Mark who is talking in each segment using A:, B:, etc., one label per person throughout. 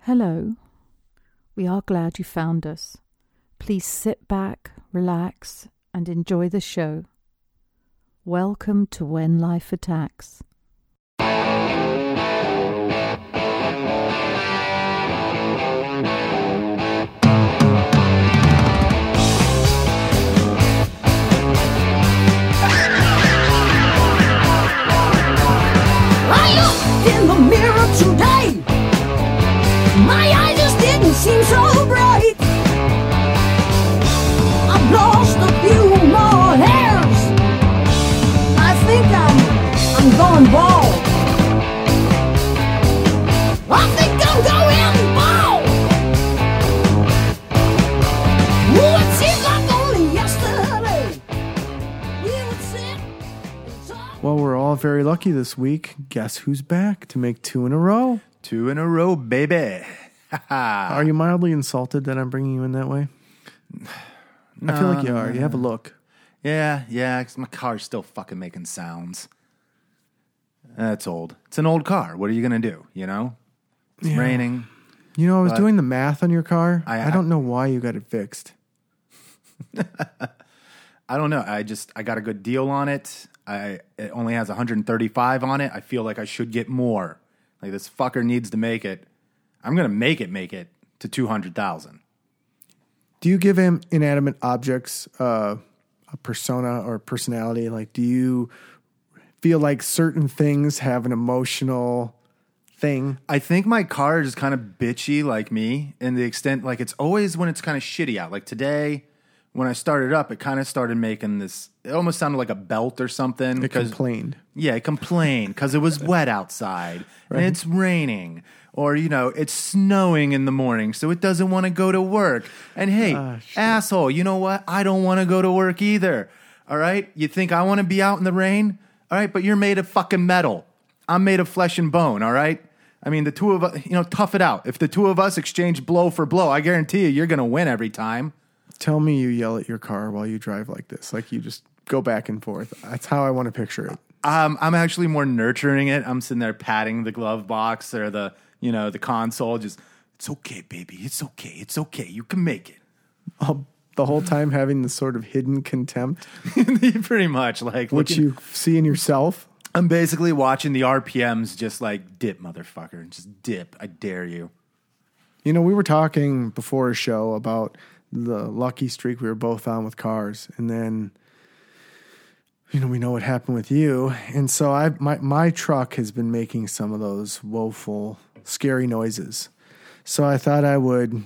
A: Hello. We are glad you found us. Please sit back, relax, and enjoy the show. Welcome to When Life Attacks.
B: I looked in the mirror today. My eyes just didn't seem so bright. I've lost a few more hairs. I think I'm I'm going bald. I think I'm going bald. Ooh, it seems like only yesterday we would sit and talk.
C: Well, we're all very lucky this week. Guess who's back to make two in a row?
D: Two in a row, baby.
C: Are you mildly insulted that I'm bringing you in that way? I feel like you are. You have a
D: Um,
C: look.
D: Yeah, yeah, 'cause my car's still fucking making sounds. That's old. It's an old car. What are you going to do? You know? It's raining.
C: You know, I was
D: But-
C: doing the math on your car.
D: I-
C: I, don't know why you got it fixed.
D: I don't know. I just, I got a good deal on it. I It only has 135 on it. I feel like I should get more. Like this fucker needs to make it. I'm going to make it make it to 200,000.
C: Do you give him inanimate objects uh, a persona or personality? Like, do you feel like certain things have an emotional thing?
D: I think my car is kind of bitchy like me in the extent like it's always when it's kind of shitty out. Like today, when I started up, it kind of started making this. It almost sounded like a belt or something.
C: It
D: 'cause-
C: complained.
D: Yeah, it complained because it was wet outside and it's raining, or you know, it's snowing in the morning, so it doesn't want to go to work. And hey, asshole, you know what? I don't want to go to work either. All right, you think I want to be out in the rain? All right, but you're made of fucking metal. I'm made of flesh and bone. All right. I mean, the two of us, you know, tough it out. If the two of us exchange blow for blow, I guarantee you, you're going to win every time.
C: Tell me you yell at your car while you drive like this. Like, you just go back and forth. That's how I want to picture it.
D: Um, I'm actually more nurturing it. I'm sitting there patting the glove box or the you know the console. Just it's okay, baby. It's okay. It's okay. You can make it.
C: all- the whole time having this sort of hidden contempt,
D: Pretty much like
C: which
D: looking-
C: you see in yourself.
D: I'm basically watching the RPMs just like dip, motherfucker. Just dip. I dare you.
C: You know, we were talking before a show about the lucky streak we were both on with cars, and then you know we know what happened with you, and so I my my truck has been making some of those woeful, scary noises. So I thought I would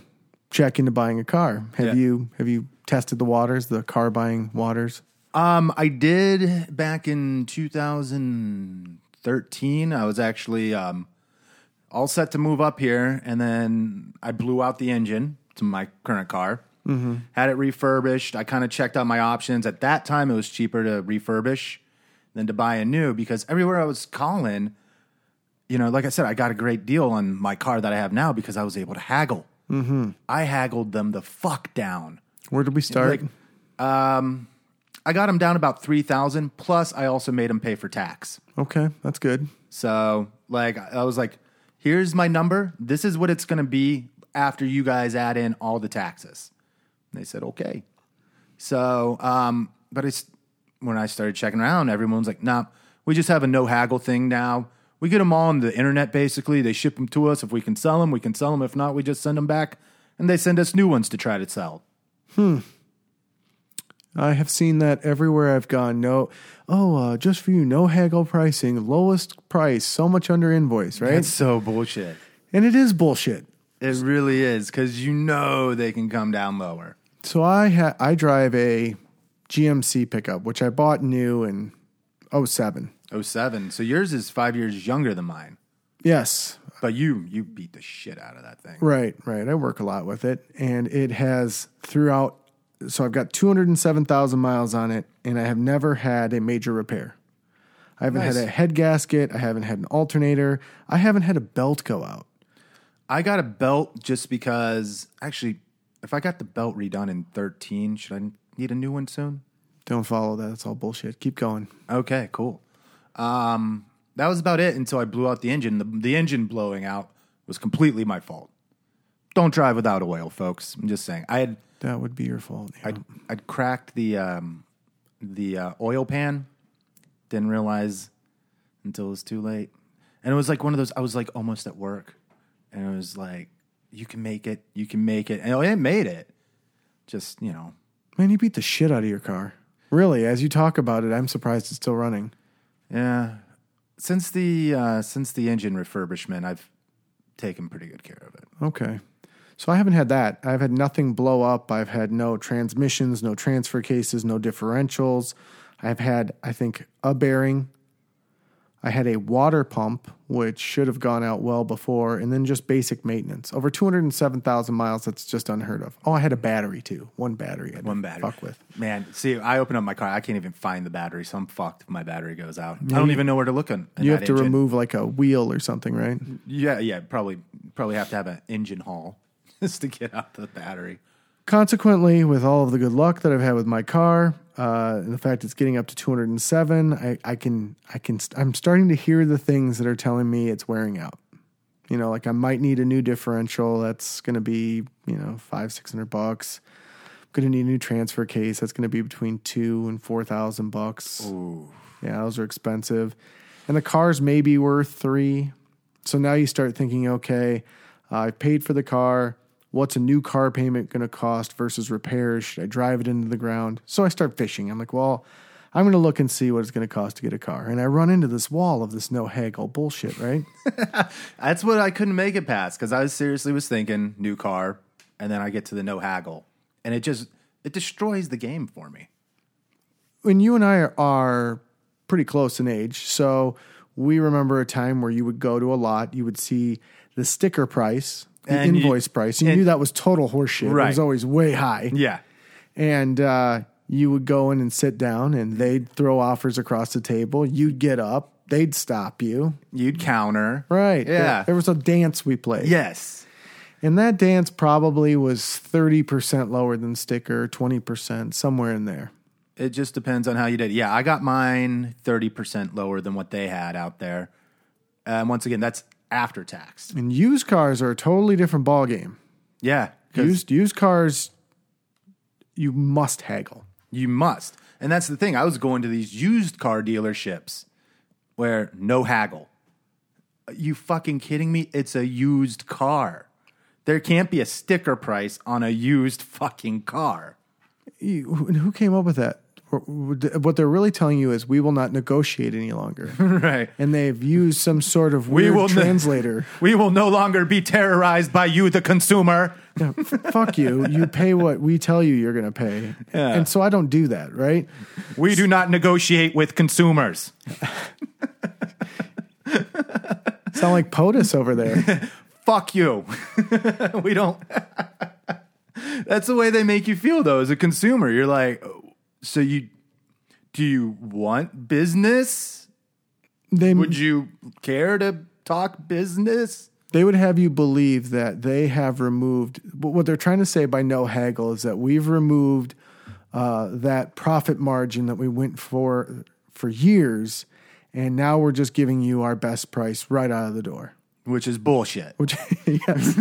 C: check into buying a car. Have
D: Yeah.
C: you have you tested the waters, the car buying waters?
D: Um, I did back in 2013. I was actually um, all set to move up here, and then I blew out the engine to my current car. Mm-hmm. Had it refurbished. I kind of checked out my options. At that time, it was cheaper to refurbish than to buy a new because everywhere I was calling, you know, like I said, I got a great deal on my car that I have now because I was able to haggle. Mm-hmm. I haggled them the fuck down.
C: Where did we start?
D: Like, um, I got him down about three thousand. Plus, I also made him pay for tax.
C: okay, that's good.
D: So, like, I was like, "Here's my number. This is what it's going to be after you guys add in all the taxes." And they said, "Okay." So, um, but it's when I started checking around, everyone's like, "Nah, we just have a no haggle thing now. We get them all on the internet. Basically, they ship them to us. If we can sell them, we can sell them. If not, we just send them back, and they send us new ones to try to sell."
C: I have seen that everywhere I've gone. No, oh, uh, just for you, no haggle pricing, lowest price, so much under invoice, right?
D: It's so bullshit.
C: and it is bullshit.
D: It really is because you know they can come down lower.
C: So I ha- I drive a GMC pickup, which I bought new in 07.
D: 07. So yours is five years younger than mine,
C: Yes,
D: but you you beat the shit out of that thing.
C: Right, right. I work a lot with it, and it has throughout. So I've got two hundred and seven thousand miles on it, and I have never had a major repair. I haven't
D: Nice.
C: had a head gasket. I haven't had an alternator. I haven't had a belt go out.
D: I got a belt just because. Actually, if I got the belt redone in thirteen, should I need a new one soon?
C: Don't follow that. That's all bullshit. Keep going.
D: Okay, cool. Um, that was about it until I blew out the engine. The, the engine blowing out was completely my fault. don't drive without oil, folks. I'm just saying. I had
C: That would be your fault. yeah.
D: I'd, I'd cracked the um, the uh, oil pan. Didn't realize until it was too late. And it was like one of those. I was like almost at work, and it was like, "You can make it. You can make it." And oh, it made it. Just you know,
C: Man, you beat the shit out of your car. Really, as you talk about it, I'm surprised it's still running.
D: yeah. Since the uh, since the engine refurbishment, I've taken pretty good care of it.
C: Okay. So I haven't had that. I've had nothing blow up. I've had no transmissions, no transfer cases, no differentials. I've had, I think, a bearing. I had a water pump, which should have gone out well before, and then just basic maintenance. Over 207,000 miles, that's just unheard of. Oh, I had a battery too. One battery. I had to
D: One battery.
C: Fuck with.
D: Man, see, I open up my car. I can't even find the battery, so I'm fucked if my battery goes out. I don't even know where to look in. in
C: You
D: that
C: have to
D: engine.
C: remove like a wheel or something, right?
D: Yeah, yeah, probably probably have to have an engine haul just to get out the battery.
C: consequently, with all of the good luck that I've had with my car, uh, and the fact it's getting up to 207, I, I can, I can, st- I'm starting to hear the things that are telling me it's wearing out. You know, like I might need a new differential. That's going to be, you know, five, 600 bucks. I'm going to need a new transfer case. That's going to be between two and 4,000 bucks. Yeah, those are expensive. And the car's maybe worth three. So now you start thinking, okay, I paid for the car. What's a new car payment going to cost versus repairs? Should I drive it into the ground? So I start fishing. I'm like, well, I'm going to look and see what it's going to cost to get a car. And I run into this wall of this no haggle bullshit, right?
D: That's what I couldn't make it past because I was seriously was thinking new car, and then I get to the no haggle, and it just it destroys the game for me.
C: when you and I are, are pretty close in age, so we remember a time where you would go to a lot, you would see the sticker price, the
D: And you-
C: invoice price, and you
D: and-
C: knew that was total horseshit. It was
D: Right.
C: always way high.
D: Yeah,
C: And uh, you would go in and sit down, and they'd throw offers across the table. You'd get up, they'd stop you.
D: you'd counter
C: Right.
D: Yeah.
C: There, there was a dance we played.
D: Yes.
C: And that dance probably was 30% lower than sticker, 20%, somewhere in there.
D: It just depends on how you did. it. Yeah, I got mine 30% lower than what they had out there. And once again, that's after tax.
C: And used cars are a totally different ballgame.
D: Yeah. 'cause-
C: Used used cars, you must haggle.
D: You must. And that's the thing. I was going to these used car dealerships where no haggle. Are you fucking kidding me? It's a used car. There can't be a sticker price on a used fucking car.
C: You, who who came up with that? What they're really telling you is we will not negotiate any longer.
D: Right.
C: and they've used some sort of weird
D: will ne-
C: translator.
D: We will no longer be terrorized by you, the consumer.
C: Yeah, f- fuck you. You pay what we tell you you're going to pay.
D: Yeah.
C: And so I don't do that, right?
D: We do not negotiate with consumers.
C: Sound like POTUS over there.
D: fuck you. we don't. That's the way they make you feel, though, as a consumer. You're like, so you, do you want business?
C: They
D: Would you care to talk business?
C: they would have you believe that they have removed but what they're trying to say by no haggle is that we've removed uh, that profit margin that we went for for years and now we're just giving you our best price right out of the door
D: Which is bullshit.
C: which yes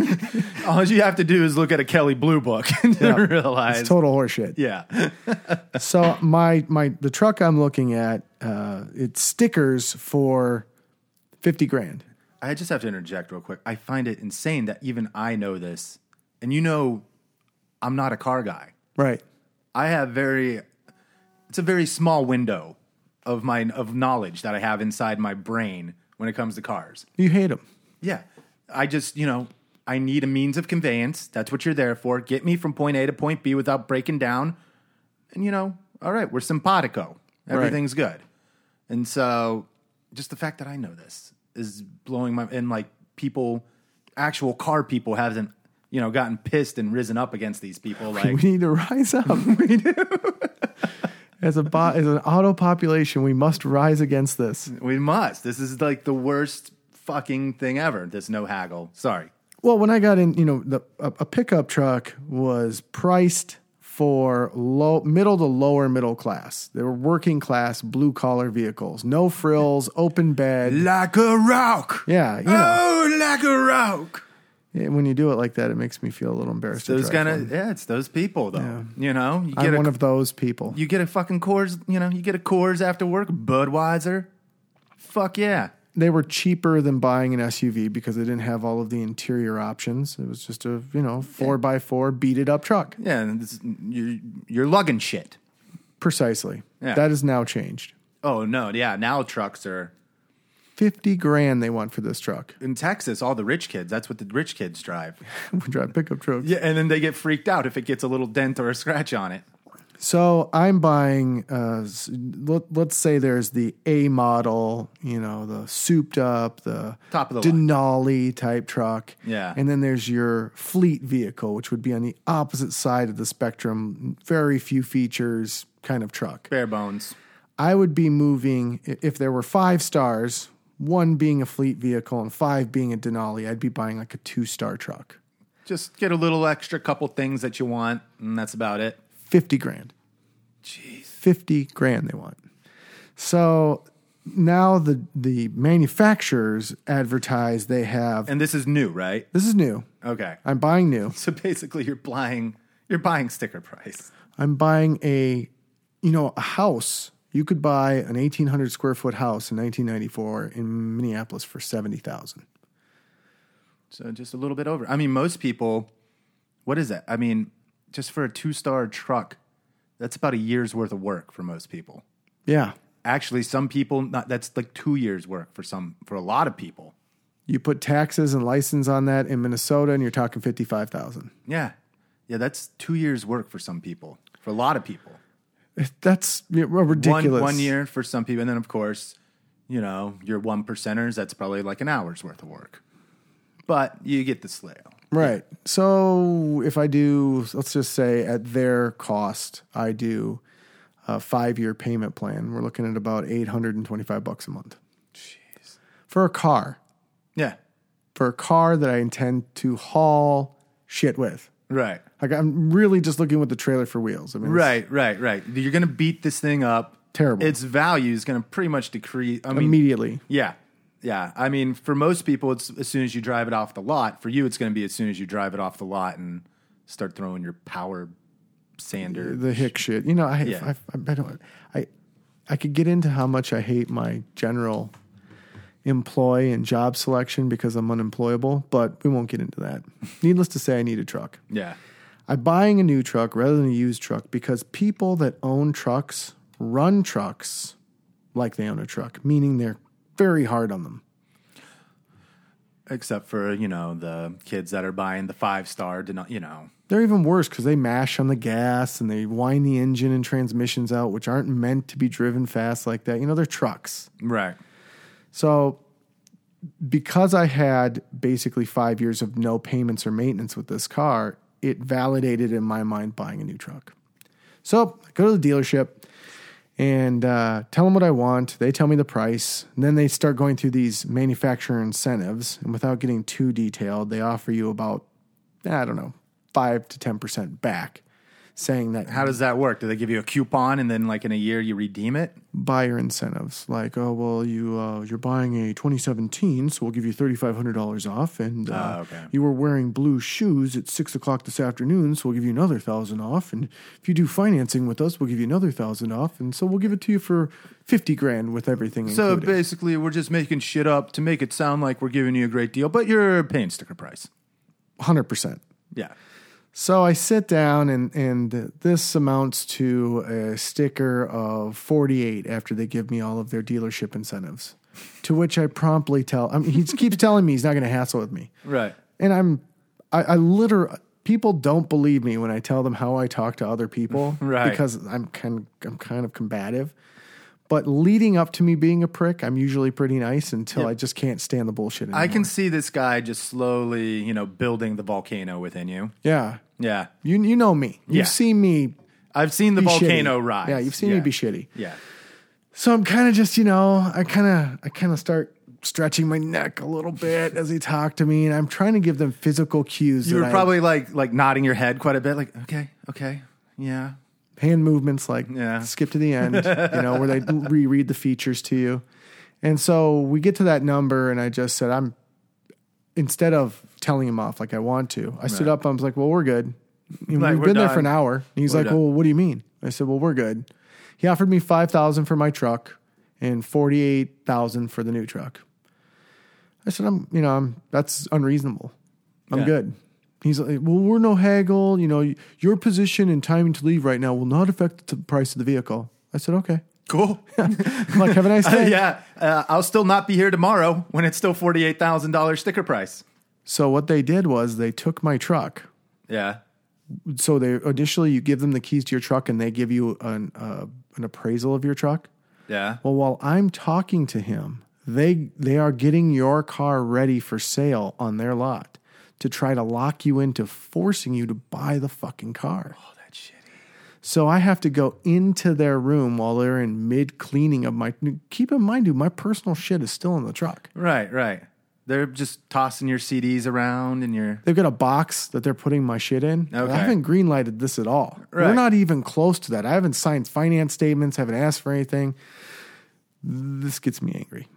D: All you have to do is look at a Kelly Blue Book and realize.
C: it's total horseshit
D: yeah.
C: so my my the truck i'm looking at uh, it's stickers for 50 grand
D: I just have to interject real quick. I find it insane that even I know this, and you know, I'm not a car guy.
C: right
D: I have very it's a very small window of my of knowledge that I have inside my brain when it comes to cars.
C: you hate them
D: Yeah. I just, you know, I need a means of conveyance. That's what you're there for. Get me from point A to point B without breaking down. And you know, all right, we're simpatico. Everything's good. And so just the fact that I know this is blowing my and like people actual car people haven't, you know, gotten pissed and risen up against these people like
C: we need to rise up. we do. As a bo- as an auto population, we must rise against this.
D: We must. This is like the worst fucking thing ever. This no haggle. Sorry.
C: Well, when I got in, you know, the a, a pickup truck was priced for low middle to lower middle class. They were working class, blue collar vehicles, no frills, open bed.
D: Like a rock. ah!
C: Yeah, you know.
D: Oh, like a rock.
C: Yeah, when you do it like that, it makes me feel a little embarrassed. to
D: Those
C: drive
D: kind
C: one.
D: of yeah, it's those people though. You know, you get
C: I'm
D: a
C: one of those people.
D: you get a fucking Coors. You know, you get a Coors after work, Budweiser. Fuck yeah.
C: they were cheaper than buying an SUV because they didn't have all of the interior options. It was just a you know four by four beat it up truck.
D: Yeah, and it's, you're, you're lugging shit.
C: Precisely.
D: Yeah.
C: That has now changed.
D: Oh no, yeah. Now trucks are
C: Fifty grand they want for this truck.
D: in Texas. All the rich kids. That's what the rich kids drive.
C: we drive pickup trucks.
D: Yeah, and then they get freaked out if it gets a little dent or a scratch on it.
C: So I'm buying. Uh, s- let, let's say there's the A model, you know, the souped up, the
D: Top of the line.
C: Denali type truck.
D: Yeah.
C: and then there's your fleet vehicle, which would be on the opposite side of the spectrum. Very few features, kind of truck.
D: Bare bones.
C: I would be moving i- if there were five stars, one being a fleet vehicle and five being a Denali. I'd be buying like a two star truck,
D: Just get a little extra couple things that you want, and that's about it.
C: fifty grand. Jeez, fifty grand they want. So now the the manufacturers advertise they have.
D: And this is new, right?
C: this is new.
D: Okay.
C: I'm buying new.
D: So basically, you're buying you're buying sticker price.
C: I'm buying a, you know, a house. You could buy an 1,800 square foot house in 1994 in Minneapolis for seventy thousand.
D: So just a little bit over. I mean, most people, what is that? I mean, just for a two star truck, that's about a year's worth of work for most people.
C: Yeah,
D: Actually, some people, not, that's like two years' work for some, for a lot of people.
C: You put taxes and license on that in Minnesota, and you're talking fifty-five thousand.
D: Yeah. Yeah, that's two years' work for some people, for a lot of people.
C: That's you know, ridiculous.
D: One, one year for some people. And then, of course, you know, your one percenters, that's probably like an hour's worth of work. But you get the slail.
C: right? So if I do, let's just say at their cost, I do a five-year payment plan. We're looking at about eight hundred and twenty-five bucks a month. Jeez, for a car,
D: Yeah.
C: for a car that I intend to haul shit with.
D: Right.
C: Like I'm really just looking with the trailer for wheels. I mean, it's
D: Right, right, right. You're going to beat this thing up.
C: Terrible.
D: Its value is going to pretty much decrease. I mean,
C: immediately.
D: yeah, yeah. I mean, for most people, it's as soon as you drive it off the lot. For you, it's going to be as soon as you drive it off the lot and start throwing your power sander.
C: the hick shit. You know, I,
D: Yeah.
C: I, I, I don't, I, I could get into how much I hate my general employ and job selection because I'm unemployable, but we won't get into that. Needless to say, I need a truck.
D: yeah,
C: I'm buying a new truck rather than a used truck because people that own trucks run trucks like they own a truck, meaning they're very hard on them.
D: except for you know the kids that are buying the five star. Not you know.
C: They're even worse because they mash on the gas and they wind the engine and transmissions out, which aren't meant to be driven fast like that. You know, they're trucks.
D: Right.
C: So, because I had basically five years of no payments or maintenance with this car, it validated in my mind buying a new truck. So, I go to the dealership and uh, tell them what I want. They tell me the price. And then they start going through these manufacturer incentives. And without getting too detailed, they offer you about, I don't know, 5 to 10% back, saying that
D: How does that work? Do they give you a coupon and then like in a year you redeem it?
C: buyer incentives like oh well you uh, you're buying a 2017 so we'll give you $3500 off and uh,
D: Ah, okay.
C: you were wearing blue shoes at 6 o'clock this afternoon so we'll give you another thousand off and if you do financing with us we'll give you another thousand off and so we'll give it to you for 50 grand with everything
D: So
C: included.
D: basically, we're just making shit up to make it sound like we're giving you a great deal, but you're paying sticker price.
C: 100%
D: Yeah.
C: so I sit down and and this amounts to a sticker of 48 after they give me all of their dealership incentives. To which I promptly tell I mean, he keeps telling me he's not going to hassle with me.
D: Right.
C: and I'm I, I literally people don't believe me when I tell them how I talk to other people
D: Right.
C: because I'm kind I'm kind of combative. But leading up to me being a prick, I'm usually pretty nice until I just can't stand the bullshit. Anymore.
D: I can see this guy just slowly, you know, building the volcano within you.
C: yeah.
D: Yeah.
C: You you know me. You
D: Yeah.
C: see me
D: I've seen the
C: be
D: volcano
C: shitty.
D: rise.
C: Yeah, you've seen me be shitty.
D: Yeah.
C: So I'm kind of just, you know, I kind of I kind of start stretching my neck a little bit as he talked to me, and I'm trying to give them physical cues.
D: You
C: that
D: were
C: I-
D: probably like like nodding your head quite a bit, like, okay, okay. Yeah.
C: hand movements like
D: Yeah.
C: skip to the end, you know, where they reread the features to you. And so we get to that number, and I just said, I'm instead of telling him off like I want to. I stood
D: Right.
C: up. I was like, "Well, we're good. And
D: Like,
C: We've
D: we're
C: been there for an
D: done.
C: hour." And he's
D: We're
C: like,
D: done.
C: "Well, what do you mean?" I said, "Well, we're good." He offered me five thousand for my truck and forty eight thousand for the new truck. I said, "I'm, you know, I'm that's unreasonable. I'm
D: Yeah.
C: good." He's like, "Well, we're no haggle. You know, your position and timing to leave right now will not affect the price of the vehicle." I said, "Okay."
D: Cool.
C: I'm like, "Have a nice day."
D: yeah, uh, I'll still not be here tomorrow when it's still forty-eight thousand dollars sticker price.
C: So what they did was they took my truck.
D: Yeah,
C: so they initially you give them the keys to your truck and they give you an uh, an appraisal of your truck.
D: yeah.
C: Well, while I'm talking to him, they they are getting your car ready for sale on their lot to try to lock you into forcing you to buy the fucking car.
D: oh, that's shitty.
C: So I have to go into their room while they're in mid cleaning of my. Keep in mind, dude, my personal shit is still in the truck.
D: Right, right. They're just tossing your CDs around and your
C: They've got a box that they're putting my shit in.
D: Okay.
C: I haven't green lighted this at all. We're
D: Right.
C: not even close to that. I haven't signed finance statements, haven't asked for anything. This gets me angry.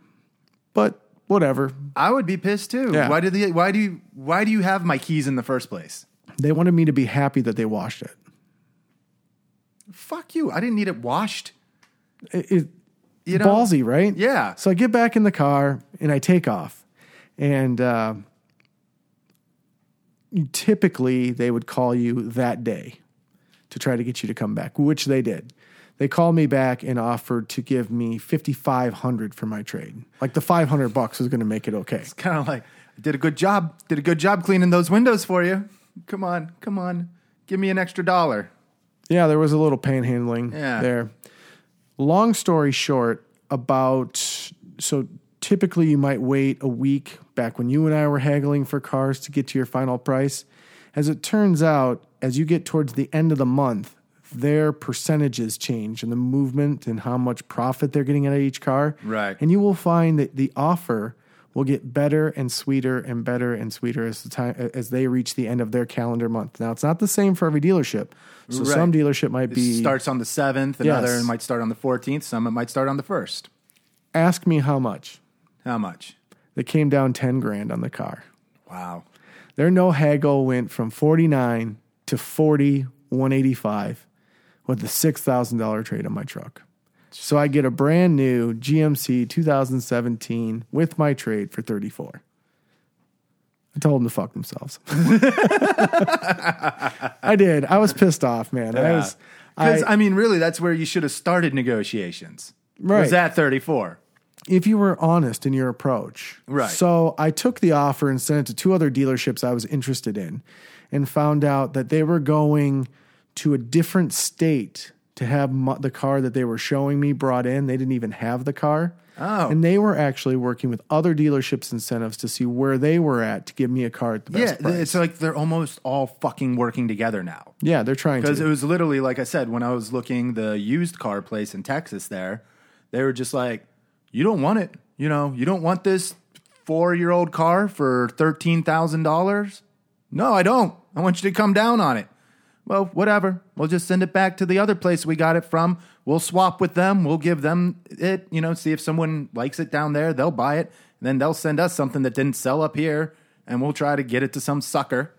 C: But whatever.
D: I would be pissed too.
C: Yeah.
D: Why do they? Why do you? Why do you have my keys in the first place?
C: They wanted me to be happy that they washed it.
D: Fuck you! I didn't need it washed.
C: It, it-
D: You know?
C: ballsy, right?
D: Yeah.
C: So I get back in the car and I take off. And uh, typically they would call you that day to try to get you to come back, which they did. They called me back and offered to give me 5500 for my trade. Like the 500 bucks was going to make it okay.
D: Kind of like I did a good job. Did a good job cleaning those windows for you. Come on, come on. Give me an extra dollar.
C: Yeah, there was a little panhandling
D: Yeah.
C: there. Long story short, about so typically you might wait a week back when you and I were haggling for cars to get to your final price. As it turns out, as you get towards the end of the month, their percentages change and the movement and how much profit they're getting out of each car.
D: Right.
C: And you will find that the offer will get better and sweeter and better and sweeter as the time as they reach the end of their calendar month. Now it's not the same for every dealership. So
D: Right.
C: some dealership might
D: It
C: be
D: starts on the seventh. Another
C: Yes.
D: might start on the fourteenth. Some it might start on the first.
C: ask me how much.
D: How much?
C: They came down 10 grand on the car.
D: Wow.
C: Their no haggle went from 49 to 40, 185 with the $6,000 trade on my truck. So I get a brand new GMC 2017 with my trade for 34. I told them to fuck themselves. I did. I was pissed off, man. I was
D: Because
C: I-
D: I, mean, really, that's where you should have started negotiations.
C: Right.
D: Was at thirty four.
C: if you were honest in your approach.
D: Right.
C: So I took the offer and sent it to two other dealerships I was interested in and found out that they were going to a different state to have mu- the car that they were showing me brought in. They didn't even have the car.
D: Oh.
C: And they were actually working with other dealerships' incentives to see where they were at to give me a car at the best
D: Yeah,
C: price.
D: it's like they're almost all fucking working together now.
C: yeah, they're trying
D: Because it
C: to.
D: was literally, like I said, when I was looking the used car place in Texas there, they were just like, you don't want it. You know, you don't want this four year old car for $13,000? No, I don't. I want you to come down on it. Well, whatever. We'll just send it back to the other place we got it from. We'll swap with them. We'll give them it, you know, see if someone likes it down there. They'll buy it. And then they'll send us something that didn't sell up here. And we'll try to get it to some sucker.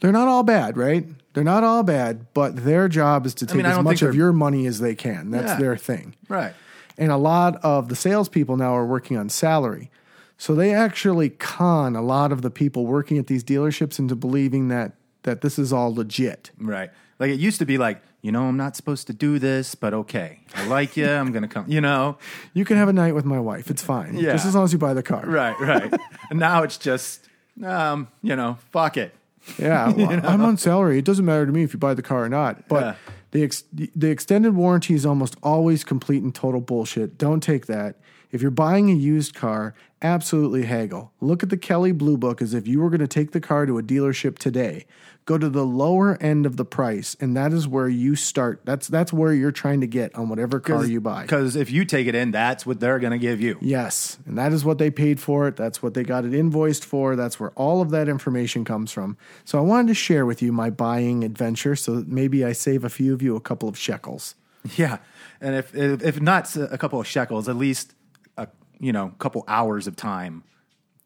C: They're not all bad, right? They're not all bad, but their job is to take
D: mean, I
C: as
D: don't
C: much
D: think
C: of
D: they're-
C: your money as they can. That's
D: Yeah.
C: their thing.
D: Right.
C: And a lot of the salespeople now are working on salary. So they actually con a lot of the people working at these dealerships into believing that that this is all legit.
D: Right. Like it used to be like, you know, I'm not supposed to do this, but okay. I like you. I'm going to come, you know?
C: You can have a night with my wife. It's fine.
D: Yeah.
C: Just as long as you buy the car.
D: Right, right. and now it's just, um, you know, fuck it.
C: Yeah. well, I'm on salary. It doesn't matter to me if you buy the car or not. But
D: Yeah.
C: the, ex- the extended warranty is almost always complete and total bullshit. Don't take that. If you're buying a used car, absolutely haggle. Look at the Kelly Blue Book as if you were going to take the car to a dealership today. Go to the lower end of the price, and that is where you start. That's that's where you're trying to get on whatever car you buy.
D: Because if you take it in, that's what they're going to give you.
C: Yes, and that is what they paid for it. That's what they got it invoiced for. That's where all of that information comes from. So I wanted to share with you my buying adventure so that maybe I save a few of you a couple of shekels.
D: Yeah. And if, if, if not a couple of shekels, at least, a, you know, couple hours of time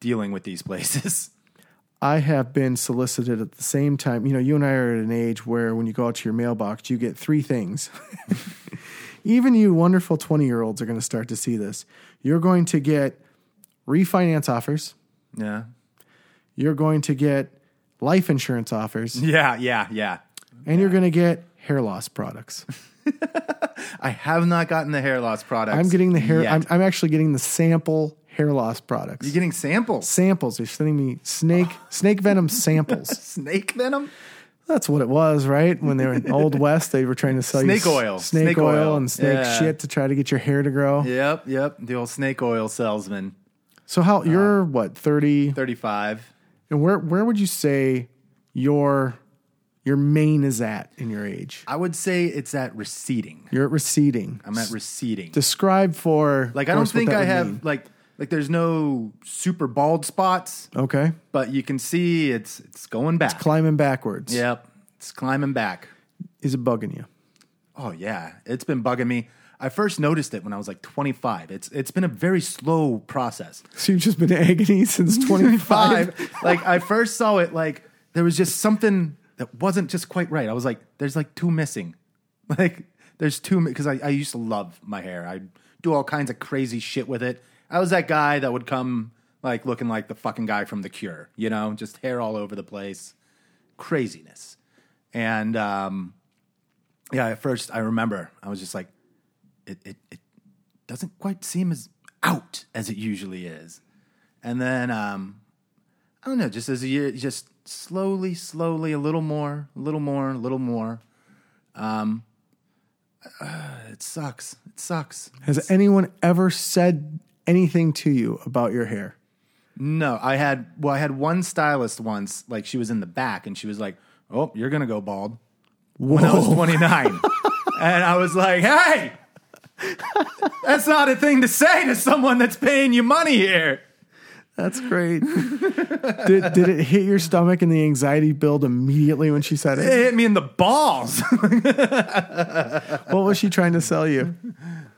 D: dealing with these places.
C: I have been solicited at the same time. You know, you and I are at an age where when you go out to your mailbox, you get three things. Even you wonderful 20 year olds are going to start to see this. You're going to get refinance offers,
D: Yeah.
C: you're going to get life insurance offers,
D: Yeah, yeah, yeah.
C: and you're going to get hair loss products.
D: I have not gotten the hair loss products.
C: I'm getting the hair,
D: yet.
C: I'm, I'm actually getting the sample hair loss products.
D: You're getting samples.
C: samples. They're sending me snake snake venom samples.
D: Snake venom?
C: That's what it was, right? When they were in Old West, they were trying to sell you
D: Snake oil.
C: snake,
D: Snake
C: oil,
D: oil.
C: and snake
D: Yeah.
C: shit to try to get your hair to grow.
D: Yep, yep. The old snake oil salesman.
C: So how
D: Uh-huh.
C: you're what thirty?
D: 35.
C: And where where would you say your your main is at in your age?
D: I would say it's at receding.
C: You're at receding.
D: I'm at receding.
C: Describe for
D: Like I don't
C: us what
D: think
C: that
D: I
C: would
D: have
C: mean.
D: like like there's no super bald spots,
C: okay
D: but you can see it's it's going back.
C: climbing backwards.
D: yep. It's climbing back.
C: is it bugging you?
D: Oh yeah, it's been bugging me. I first noticed it when I was like 25. It's it's been a very slow process.
C: So you've just been in agony since twenty five.
D: Five, like I first saw it, like there was just something that wasn't just quite right. I was like, there's like two missing. Like there's two because I, I used to love my hair. I do all kinds of crazy shit with it. I was that guy that would come like looking like the fucking guy from The Cure, you know, just hair all over the place, craziness. And um, yeah, at first I remember I was just like, it, it, it doesn't quite seem as out as it usually is. And then um, I don't know, just as a year, just slowly, slowly, a little more, a little more, a little more. Um, uh, it sucks. It sucks.
C: Has anyone ever said anything to you about your hair?
D: No, I had well, I had one stylist once. Like she was in the back, and she was like, "Oh, you're gonna go bald." When I was 29, and I was like, "Hey, that's not a thing to say to someone that's paying you money here."
C: That's great. did, did it hit your stomach and the anxiety build immediately when she said
D: It
C: it?
D: hit me in the balls.
C: What was she trying to sell you?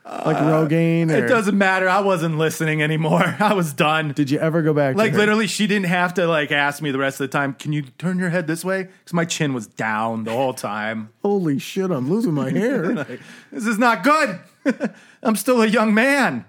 C: Like Rogaine? Or,
D: Uh, it doesn't matter. I wasn't listening anymore. I was done.
C: Did you ever go back?
D: Like
C: to her?
D: literally, she didn't have to like ask me the rest of the time. Can you turn your head this way? Because my chin was down the whole time.
C: Holy shit! I'm losing my hair.
D: Like, this is not good. I'm still a young man.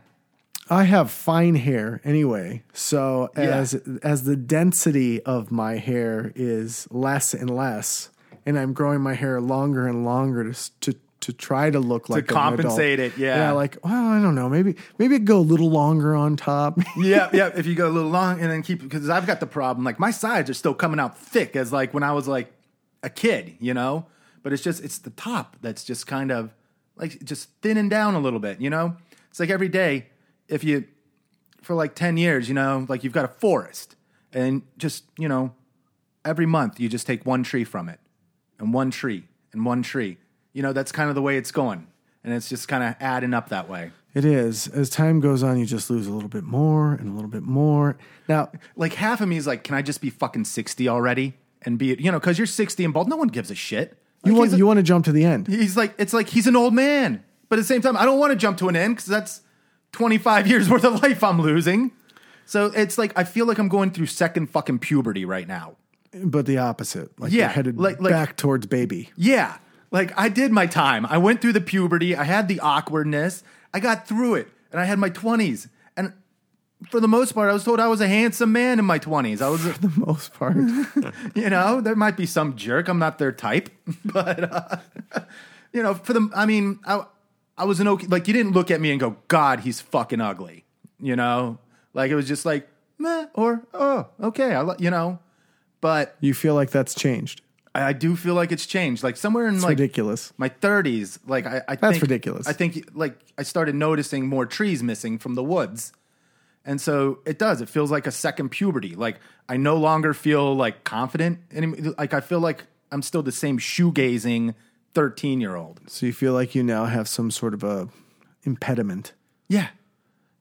C: I have fine hair anyway, so
D: Yeah.
C: as as the density of my hair is less and less, and I'm growing my hair longer and longer to s- to to try to look like an adult.
D: compensate it, yeah.
C: yeah. Like, well, I don't know. Maybe maybe it'd go a little longer on top.
D: yeah, yeah. If you go a little long and then keep, because I've got the problem. Like my sides are still coming out thick as like when I was like a kid, you know. But it's just it's the top that's just kind of like just thinning down a little bit, you know. It's like every day if you for like ten years, you know, like you've got a forest and just you know every month you just take one tree from it and one tree and one tree. You know that's kind of the way it's going, and it's just kind of adding up that way.
C: It is. As time goes on, you just lose a little bit more and a little bit more. Now,
D: like half of me is like, can I just be fucking 60 already and be, you know, because you're 60 and bald. No one gives a shit.
C: you
D: Like,
C: want
D: he's, a-
C: you want to jump to the end.
D: he's like, it's like he's an old man. But at the same time, I don't want to jump to an end because that's 25 years worth of life I'm losing. So it's like, I feel like I'm going through second fucking puberty right now.
C: But the opposite, like
D: Yeah,
C: you're headed
D: like- like-
C: back towards baby.
D: Yeah. Like I did my time. I went through the puberty. I had the awkwardness. I got through it and I had my 20s. And for the most part, I was told I was a handsome man in my 20s. I was a-
C: For the most part,
D: you know there might be some jerk i'm not their type but uh, you know for the i mean i i was an okay like you didn't look at me and go god he's fucking ugly you know like it was just like meh or oh okay i li-" you know but
C: you feel like that's changed.
D: i I do feel like it's changed like somewhere in
C: It's
D: like
C: ridiculous.
D: my 30s like i, I
C: That's
D: think,
C: ridiculous.
D: i think like i started noticing more trees missing from the woods and so it does it feels like a second puberty like i no longer feel like confident any, like i feel like i'm still the same shoegazing 13 year old
C: So you feel like you now have some sort of a impediment.
D: yeah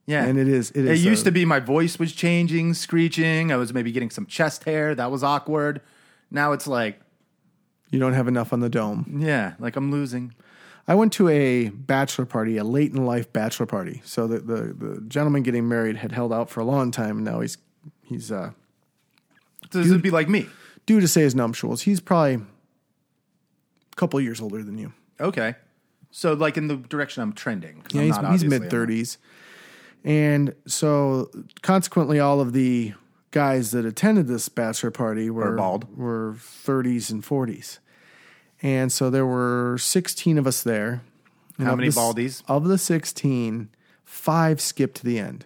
D: yeah
C: And it is- it is uh,
D: it used
C: a-
D: to be my voice was changing screeching i was maybe getting some chest hair that was awkward now it's like
C: You don't have enough on the dome.
D: yeah like i'm losing
C: I went to a bachelor party, a late in life bachelor party. So the, the, the gentleman getting married had held out for a long time, and now he's he's uh,
D: So this would be like me.
C: Due to say his nuptials, he's probably a couple years older than you.
D: Okay. So like in the direction I'm trending. 'cause
C: Yeah,
D: I'm
C: he's,
D: not
C: he's
D: obviously-
C: mid thirties, and so consequently, all of the guys that attended this bachelor party were
D: Are bald.
C: were thirties and forties, and so there were sixteen of us there. And
D: How
C: of
D: many
C: the s-
D: baldies?
C: Of the 16, five skipped to the end.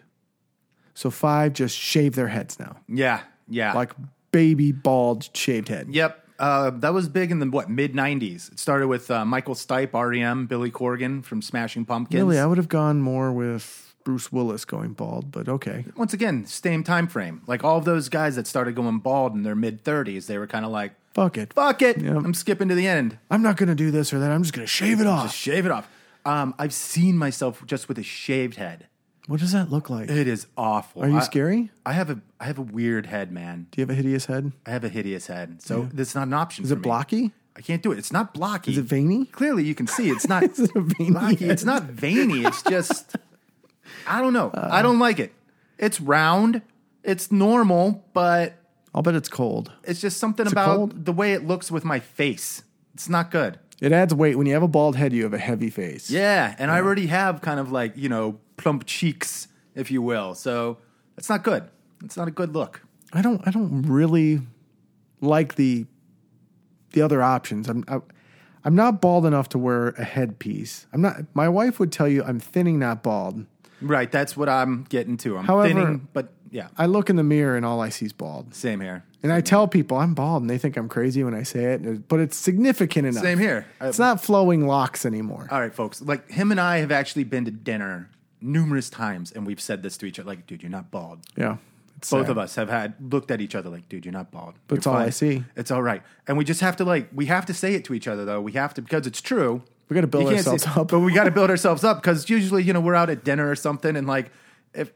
C: So five just shave their heads now,
D: Yeah. Yeah.
C: like baby bald shaved head.
D: Yep. Uh, that was big in the what mid '90s. It started with uh, Michael Stipe, REM, Billy Corgan from Smashing Pumpkins.
C: Really, I would have gone more with Bruce Willis going bald, but okay.
D: Once again, same time frame. Like all of those guys that started going bald in their mid 30s, they were kind of like,
C: Fuck it.
D: "Fuck it,
C: Yep.
D: I'm skipping to the end.
C: I'm not going to do this or that. I'm just going to shave it off.
D: Just shave it off." Um, I've seen myself just with a shaved head.
C: What does that look like?
D: It is awful.
C: Are you
D: I-
C: scary?
D: I have a I have a weird head, man.
C: Do you have a hideous head?
D: I have a hideous head, so that's not an option.
C: Is
D: for
C: it
D: me.
C: blocky?
D: I can't do it. It's not blocky.
C: Is it veiny?
D: Clearly, you can see it's not
C: Is it a veiny
D: blocky.
C: head?
D: It's not veiny. It's just I don't know. I don't like it. It's round. It's normal, but
C: I'll bet it's cold.
D: it's just something
C: it
D: about
C: cold?
D: the way it looks with my face. It's not good.
C: It adds weight. When you have a bald head, you have a heavy face.
D: Yeah, and I already have kind of like you know plump cheeks, if you will. So that's not good. It's not a good look.
C: I don't. I don't really like the the other options. I'm. I, I'm not bald enough to wear a headpiece. I'm not. My wife would tell you I'm thinning, not bald.
D: Right. That's what I'm getting to. I'm
C: However-
D: thinning, but yeah,
C: I look in the mirror and all I see is bald.
D: same here.
C: And I tell people I'm bald, and they think I'm crazy when I say it. But it's significant enough.
D: Same here.
C: It's not flowing locks anymore.
D: All right, folks. Like him and I have actually been to dinner numerous times, and we've said this to each other. Like, dude, you're not bald.
C: yeah. It's
D: Both
C: sad.
D: of us have had looked at each other like, dude, you're not bald.
C: That's
D: You're
C: all I
D: fine.
C: see.
D: It's all right. And we just have to like we have to say it to each other though. We have to because it's true.
C: We gotta build
D: You can't
C: ourselves
D: say-
C: up.
D: But we gotta build ourselves up because usually, you know, we're out at dinner or something and like if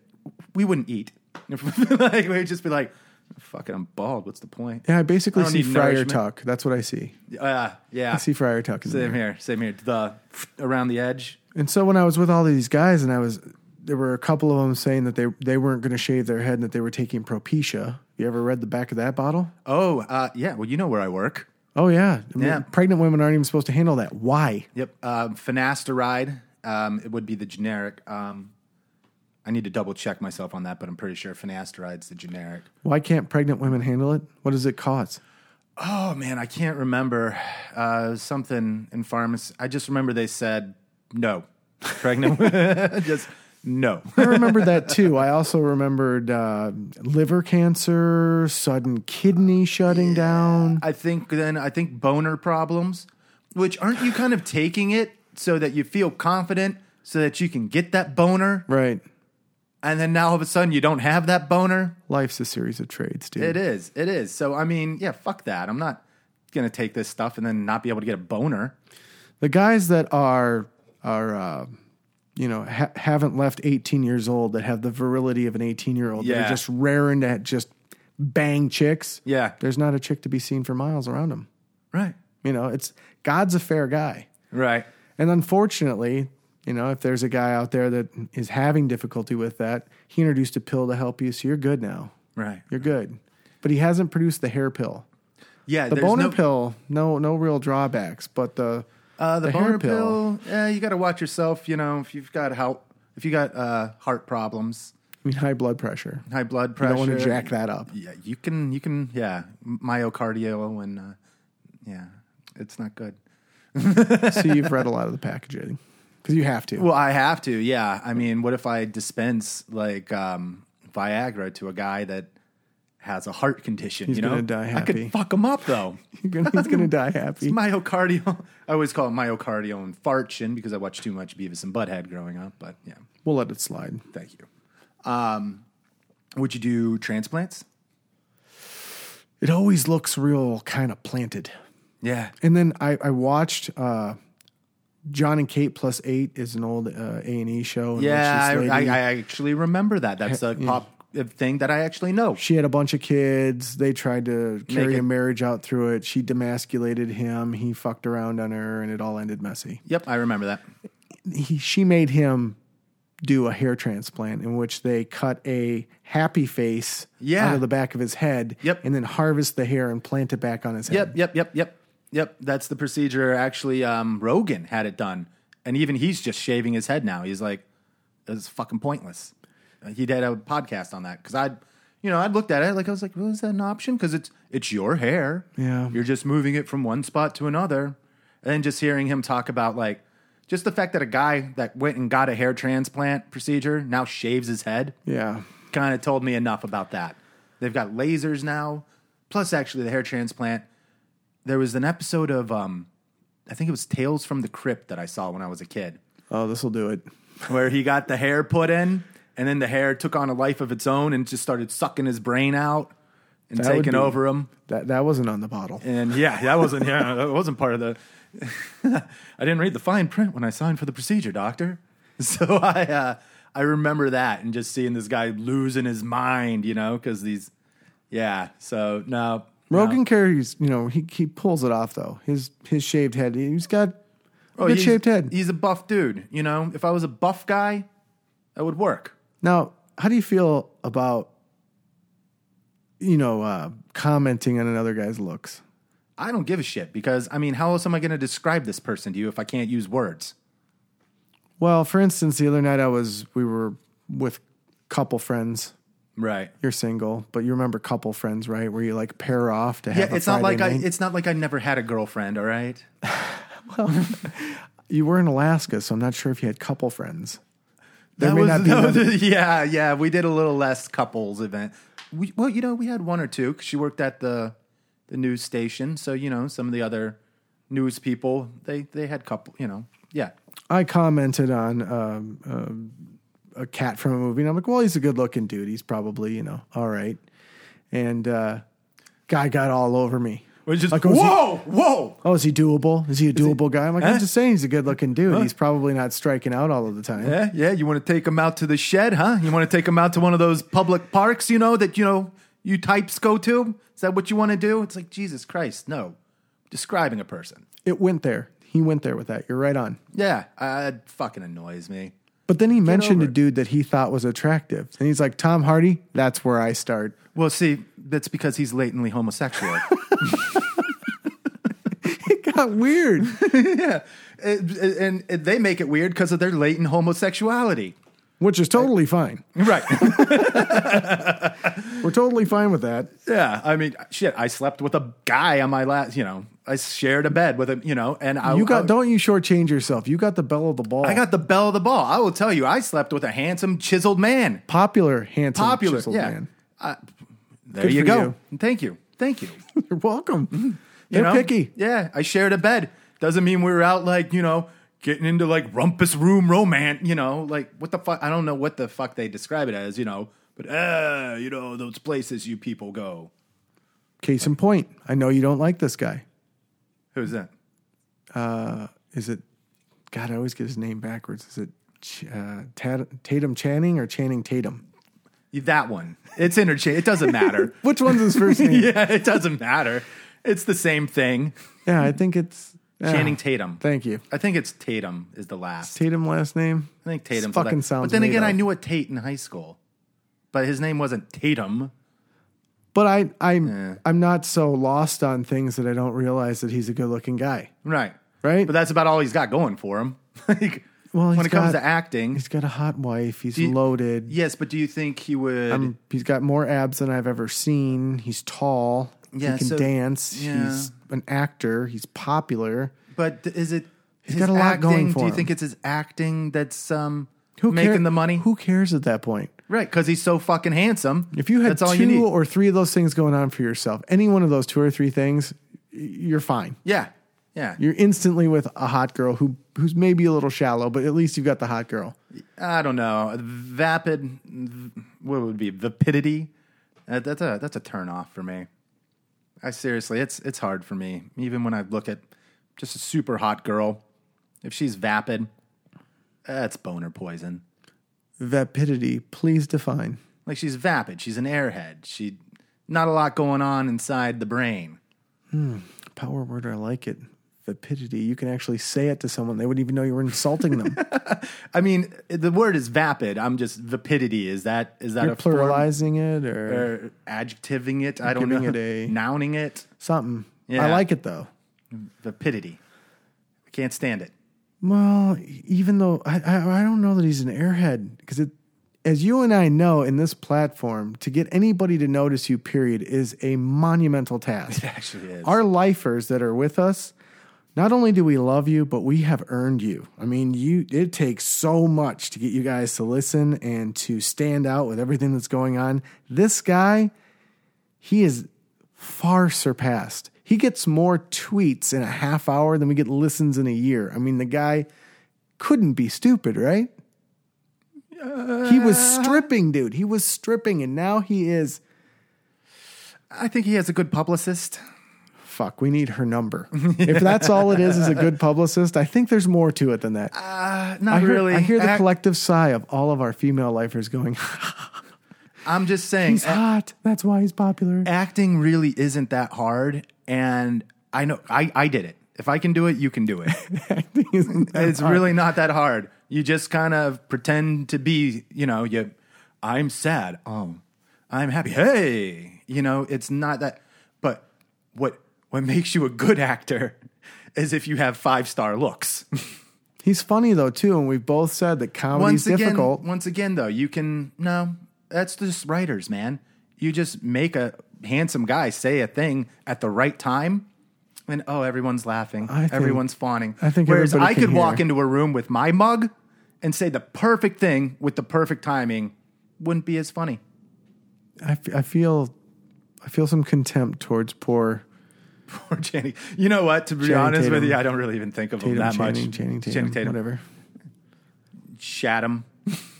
D: we wouldn't eat. like we'd just be like, fuck it, I'm bald. What's the point?
C: Yeah, I basically
D: I don't
C: see
D: need
C: Friar
D: nourishment.
C: Tuck. That's what I see.
D: Uh, yeah.
C: I see Friar Tuck. In
D: Same
C: there.
D: here. Same here. The around the edge.
C: And so when I was with all these guys, and I was, there were a couple of them saying that they they weren't going to shave their head and that they were taking Propecia. You ever read the back of that bottle?
D: Oh, uh, yeah. Well, you know where I work.
C: Oh yeah, I mean,
D: Yeah.
C: Pregnant women aren't even supposed to handle that. Why?
D: Yep. Um, finasteride. Um, it would be the generic. Um, I need to double check myself on that, but I'm pretty sure finasteride's the generic.
C: Why can't pregnant women handle it? What does it cause?
D: Oh man, I can't remember uh, something in pharmacy. I just remember they said no. Pregnant. just no.
C: I remember that too. I also remembered uh, liver cancer, sudden kidney shutting down.
D: I think then I think boner problems, which aren't you kind of taking it so that you feel confident so that you can get that boner
C: Right.
D: and then now all of a sudden you don't have that boner?
C: Life's a series of trades, dude.
D: It is. It is. So I mean, yeah, fuck that. I'm not gonna take this stuff and then not be able to get a boner.
C: the guys that are are uh, you know ha- haven't left 18 years old that have the virility of an 18 year old that
D: Yeah.
C: are just raring to just bang chicks
D: Yeah.
C: there's not a chick to be seen for miles around him
D: Right.
C: you know it's god's a fair guy
D: Right.
C: and unfortunately you know if there's a guy out there that is having difficulty with that he introduced a pill to help you so you're good now
D: Right.
C: you're good but he hasn't produced the hair pill
D: Yeah.
C: the
D: there's
C: boner
D: no,
C: pill no no real drawbacks but the
D: Uh, the,
C: the hair
D: boner pill. eh, you got to watch yourself. You know, if you've got how if you got uh, heart problems,
C: i mean high blood pressure
D: high blood pressure.
C: don't want to jack that up.
D: Yeah, you can. You can. Yeah, myocardial and uh, yeah, it's not good.
C: so you've read a lot of the packaging because you have to.
D: Well, I have to. Yeah. I mean, what if I dispense like um, Viagra to a guy that has a heart condition? you know,
C: gonna die
D: I
C: happy.
D: could fuck him up though.
C: You're gonna, he's going to die happy.
D: myocardial. I always call it myocardial infarction because I watched too much Beavis and Butthead growing up. But yeah,
C: We'll let it slide.
D: thank you. Um, would you do transplants?
C: It always looks real kind of planted.
D: Yeah.
C: And then I, I watched uh, John and Kate plus eight is an old A and E show. in which
D: Yeah, I,
C: this lady-
D: I, I actually remember that. That's a pop thing that I actually know.
C: she had a bunch of kids. They tried to carry
D: it-
C: a marriage out through it. She demasculated him. He fucked around on her, and it all ended messy.
D: Yep, I remember that.
C: He, she made him do a hair transplant in which they cut a happy face
D: Yeah.
C: out of the back of his head
D: Yep.
C: and then harvest the hair and plant it back on his head.
D: Yep, yep, yep, yep, yep. That's the procedure. Actually, um, Rogan had it done, and even he's just shaving his head now. He's like, "It's fucking pointless." Uh, He did a podcast on that because I, you know, I looked at it like I was like, "Well, is that an option?" Because it's it's your hair.
C: Yeah.
D: you're just moving it from one spot to another, and then just hearing him talk about like just the fact that a guy that went and got a hair transplant procedure now shaves his head
C: Yeah.
D: kind of told me enough about that. They've got lasers now, plus actually the hair transplant. There was an episode of, um, I think it was Tales from the Crypt that I saw when I was a kid,
C: Oh, this will do it.
D: where he got the hair put in, and then the hair took on a life of its own and just started sucking his brain out and
C: That would
D: taking
C: be-
D: over him.
C: That that wasn't on the bottle.
D: And yeah, that wasn't yeah, that wasn't part of the. I didn't read the fine print when I signed for the procedure, doctor. So I uh, I remember that and just seeing this guy losing his mind, you know, because these, yeah. So no, no.
C: Rogan carries, you know, he he pulls it off though. His his shaved head. He's got a
D: Oh,
C: good
D: he's-
C: shaved head.
D: He's a buff dude, you know. If I was a buff guy, that would work.
C: Now, how do you feel about you know, uh, commenting on another guy's looks?
D: I don't give a shit because I mean, how else am I going to describe this person to you if I can't use words?
C: Well, for instance, the other night I was we were with couple friends.
D: Right.
C: You're single, but you remember couple friends, right? Where you like pair off to have
D: Yeah,
C: a
D: it's not
C: Friday
D: like I.
C: night.
D: It's not like I never had a girlfriend. All right.
C: you were in Alaska, so I'm not sure if you had couple friends. There
D: That
C: may
D: was,
C: not be
D: that was-
C: another-
D: yeah, yeah. We did a little less couples event. We, well, you know, we had one or two 'cause she worked at the the news station, so you know, some of the other news people they they had couple. You know, yeah,
C: I commented on um, um, a cat from a movie, and I'm like, well, he's a good looking dude. He's probably, you know, all right. And uh, guy got all over me.
D: which is
C: Like, was he-
D: whoa, Eh? whoa.
C: Oh, is he doable? Is he a doable guy? I'm like,
D: Huh?
C: I'm just saying he's a good looking dude. He's probably not striking out all of the time.
D: Yeah, yeah. You want to take them out to the shed, huh? You want to take them out to one of those public parks, you know, that you know you types go to. Is that what you want to do? It's like Jesus Christ, no. Describing a person,
C: It went there. He went there with that. You're right on.
D: yeah, uh, it fucking annoys me.
C: But then he mentioned
D: over
C: a
D: it.
C: dude that he thought was attractive. And he's like, Tom Hardy, that's where I start.
D: Well, see, that's because he's latently homosexual.
C: It got weird.
D: and, and they make it weird because of their latent homosexuality.
C: Which is totally fine.
D: Right.
C: We're totally fine with that.
D: yeah. I mean, shit, I slept with a guy on my last, you know, I shared a bed with him, you know, and I
C: You got
D: I,
C: don't you shortchange yourself. You got the bell of the ball.
D: I got the bell of the ball. I will tell you, I slept with a handsome, chiseled man.
C: popular handsome
D: Popular.
C: chiseled
D: yeah.
C: man.
D: I- there
C: Good
D: you
C: for
D: go. Thank you. Thank you. Mm-hmm. you
C: You're welcome. They're
D: know?
C: picky.
D: Yeah. I shared a bed. Doesn't mean we were out like, you know, getting into like rumpus room romance, you know, like what the fuck? I don't know what the fuck they describe it as, you know, but, uh, you know, those places you people go.
C: Case in point, I know you don't like this guy.
D: Who's that?
C: Is it? God, I always get his name backwards. Is it Ch- uh, Tad- Tatum Channing or Channing Tatum?
D: That one. It's interchange. It doesn't matter.
C: Which one's his first name? yeah.
D: yeah, it doesn't matter. It's the same thing.
C: I think it's ah,
D: Channing Tatum.
C: Thank you.
D: I think it's Tatum is the last.
C: Tatum last name.
D: I think Tatum's the
C: fucking
D: last.
C: sounds
D: But then
C: made
D: again, I
C: up.
D: knew a Tate in high school, but his name wasn't Tatum.
C: But I, I'm, I'm not so lost on things that I don't realize that he's a good-looking guy.
D: Right.
C: Right.
D: But that's about all he's got going for him. like,
C: Well,
D: when
C: he's
D: it comes
C: got-
D: to acting,
C: He's got a hot wife. He's
D: you-
C: loaded.
D: yes, but do you think he would?
C: Um, he's got more abs than I've ever seen. He's tall.
D: Yeah,
C: he can
D: so-
C: dance.
D: yeah.
C: He's an actor. He's popular.
D: but th- is it? He's
C: got a lot
D: acting,
C: going for
D: Do you
C: him.
D: think it's his acting that's um
C: Who
D: making
C: care-
D: the money?
C: Who cares at that point?
D: Right, because he's so fucking handsome.
C: If you had
D: that's
C: two
D: all you need.
C: or three of those things going on for yourself, any one of those two or three things, y- you're fine.
D: yeah, yeah.
C: You're instantly with a hot girl who who's maybe a little shallow, but at least you've got the hot girl.
D: I don't know. Vapid. What would it be vapidity? That- That's a that's a turn off for me. I seriously, it's it's hard for me. Even when I look at just a super hot girl, if she's vapid, that's boner poison.
C: Vapidity, please define.
D: Like she's vapid. She's an airhead. She not a lot going on inside the brain.
C: Power word, I like it. vapidity. You can actually say it to someone; they wouldn't even know you were insulting them.
D: I mean, the word is vapid. I'm just vapidity. Is that is that
C: You're
D: a form
C: pluralizing it or
D: or adjectiving it? I don't know.
C: Giving it a-
D: Nouning it.
C: something.
D: Yeah.
C: I like it though.
D: Vapidity. I can't stand it.
C: Well, even though I, I, I don't know that he's an airhead because it, as you and I know in this platform, to get anybody to notice you, period, is a monumental task.
D: It actually is.
C: Our lifers that are with us, not only do we love you, but we have earned you. I mean, you it takes so much to get you guys to listen and to stand out with everything that's going on. This guy, he is far surpassed. He gets more tweets in a half hour than we get listens in a year. I mean, the guy couldn't be stupid, right? he was
D: Uh-huh.
C: stripping, dude. He was stripping, and now he is.
D: I think he has a good publicist.
C: Fuck, we need her number. if that's all it is, is a good publicist. I think there's more to it than that.
D: Uh, not
C: I hear,
D: really.
C: I hear the
D: Ac-
C: collective sigh of all of our female lifers going,
D: I'm just saying.
C: he's
D: a-
C: hot. That's why he's popular.
D: acting really isn't that hard and i know i, I did it if i can do it you can do it it's really not that hard you just kind of pretend to be you know you i'm sad oh i'm happy hey you know it's not that but what what makes you a good actor is if you have five star looks
C: He's funny, though, too. And we've both said that comedy's
D: once again
C: difficult.
D: once again though you can no that's just writers man you just make a handsome guy say a thing at the right time and oh everyone's laughing
C: I think-
D: everyone's fawning
C: I think
D: whereas
C: everybody
D: i
C: can
D: could walk
C: hear.
D: into a room with my mug and say the perfect thing with the perfect timing wouldn't be as funny
C: I, f- I feel I feel some contempt towards poor
D: poor Channing. you know what to be
C: Channing
D: honest with
C: Tatum.
D: you i don't really even think of him
C: Tatum,
D: that
C: Channing,
D: much
C: Channing Tatum,
D: Tatum.
C: whatever.
D: Chatham.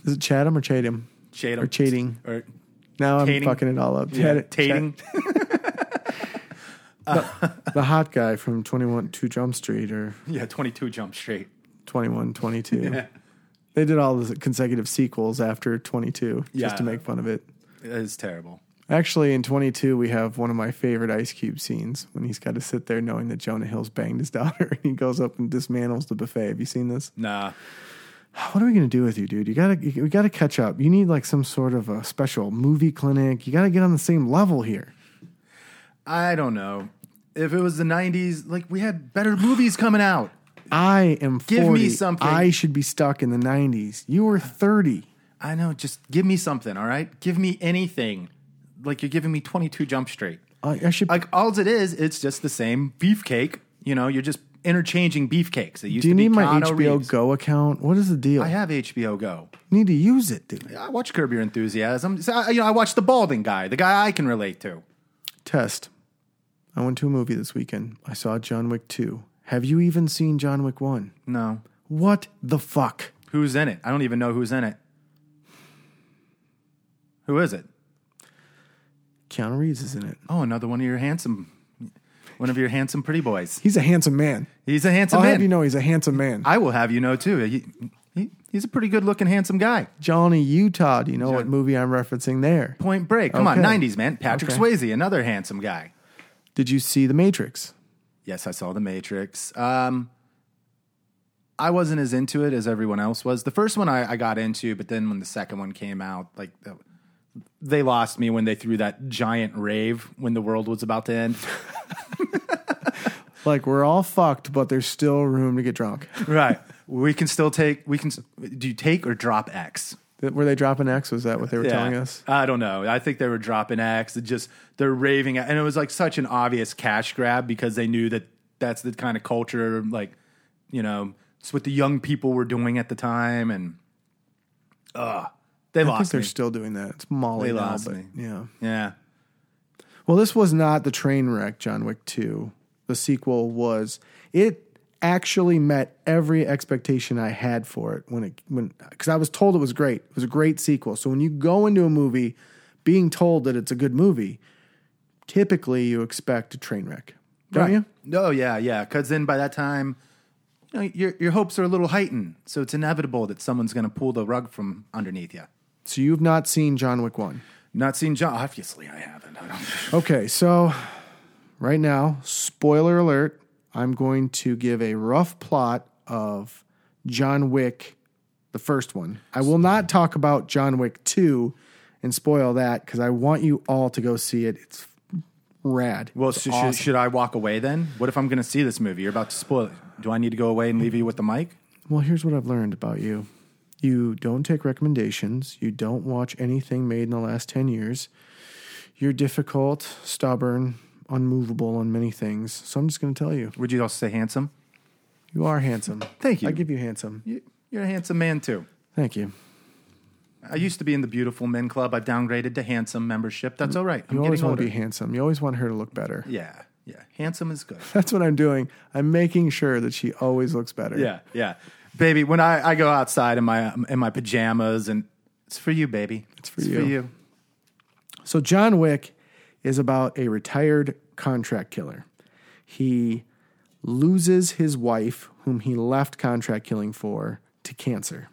C: Is it Chatham or Chatham?
D: Chatham.
C: Or Chating.
D: or
C: Now I'm
D: Tating.
C: fucking it all up.
D: yeah,
C: Chat-
D: Tating.
C: Chat- the hot guy from 21 2 Jump Street or
D: yeah 22 jump straight
C: 21 22. They did all the consecutive sequels after 22
D: Yeah.
C: just to make fun of it.
D: it's terrible
C: Actually, in 22, we have one of my favorite Ice Cube scenes when he's got to sit there knowing that Jonah Hill's banged his daughter and he goes up and dismantles the buffet. Have you seen this?
D: nah
C: What are we gonna do with you, dude? You gotta, you, we gotta catch up. You need like some sort of a special movie clinic. You gotta get on the same level here.
D: I don't know. If it was the 90s, like we had better movies coming out.
C: I am
D: Give me
C: 40.
D: something.
C: I should be stuck in the 90s. You were 30.
D: I know, just give me something, all right? Give me anything. Like you're giving me 22 Jump Street.
C: I, I should.
D: Like all it is, it's just the same beefcake. You know, you're just interchanging beefcakes. It used
C: do you
D: to
C: need
D: be
C: my
D: Keanu
C: HBO
D: Reeves.
C: Go account? What is the deal?
D: I have HBO Go.
C: need to use it, dude.
D: I watch Curb Your Enthusiasm. So, I- you know, I watch the balding guy, the guy I can relate to.
C: Test. I went to a movie this weekend. I saw John Wick 2. Have you even seen John Wick 1?
D: No.
C: What the fuck?
D: Who's in it? I don't even know who's in it. Who is it?
C: Keanu Reeves is in it.
D: Oh, another one of your handsome, one of your handsome pretty boys.
C: He's a handsome man.
D: He's a handsome
C: I'll
D: man.
C: have you know he's a handsome man.
D: I will have you know too. He, he, he's a pretty good looking, handsome guy.
C: Johnny Utah. Do you know what
D: John-
C: movie I'm referencing there?
D: Point Break. Come
C: Okay.
D: on, 90s man. Patrick
C: Okay.
D: Swayze, another handsome guy.
C: Did you see The Matrix?
D: Yes, I saw The Matrix. Um, I wasn't as into it as everyone else was. The first one I, I got into, but then when the second one came out, like the- they lost me when they threw that giant rave when the world was about to end.
C: Like we're all fucked, but there's still room to get drunk.
D: right. We can still take. We can. s- Do you take or drop X?
C: Were they dropping X? Was that what they were telling us?
D: I don't know. I think they were dropping X. It just they're raving, at, and it was like such an obvious cash grab because they knew that that's the kind of culture, like you know, it's what the young people were doing at the time, and ugh, they
C: I think
D: lost
C: they're
D: me.
C: still doing that. It's Molly
D: They
C: now,
D: lost
C: but
D: me.
C: yeah.
D: yeah,
C: Well, this was not the train wreck. John Wick Two, the sequel was. It actually met every expectation I had for it when it when because I was told it was great. It was a great sequel. So when you go into a movie being told that it's a good movie, typically you expect a train wreck, don't you?
D: No, Oh, yeah, yeah. Because then by that time, you know, your your hopes are a little heightened, so it's inevitable that someone's going to pull the rug from underneath you.
C: So you've not seen John Wick One.
D: Not seen John. Obviously, I haven't. I don't.
C: Okay, so right now, spoiler alert, I'm going to give a rough plot of John Wick, the first one. I will not talk about John Wick 2 and spoil that because I want you all to go see it. It's rad.
D: Well,
C: It's
D: so
C: awesome.
D: should, should I walk away then? What if I'm going to see this movie? You're about to spoil it. Do I need to go away and leave you with the mic?
C: Well, here's what I've learned about you. You don't take recommendations. You don't watch anything made in the last 10 years. You're difficult, stubborn, unmovable on many things. So I'm just going to tell you,
D: Would you also say handsome?
C: you are handsome.
D: Thank you.
C: I give you handsome.
D: You- You're a handsome man too.
C: Thank you.
D: I used to be in the beautiful men club. I've downgraded to handsome membership. That's all right. I'm
C: You always
D: getting
C: want
D: older.
C: to be handsome. You always want her to look better.
D: yeah, yeah. Handsome is good.
C: That's what I'm doing. I'm making sure that she always looks better.
D: Yeah, yeah. Baby, when I, I go outside in my in my pajamas and it's for you, baby. It's
C: for you. So John Wick is about a retired contract killer. He loses his wife, whom he left contract killing for, to cancer.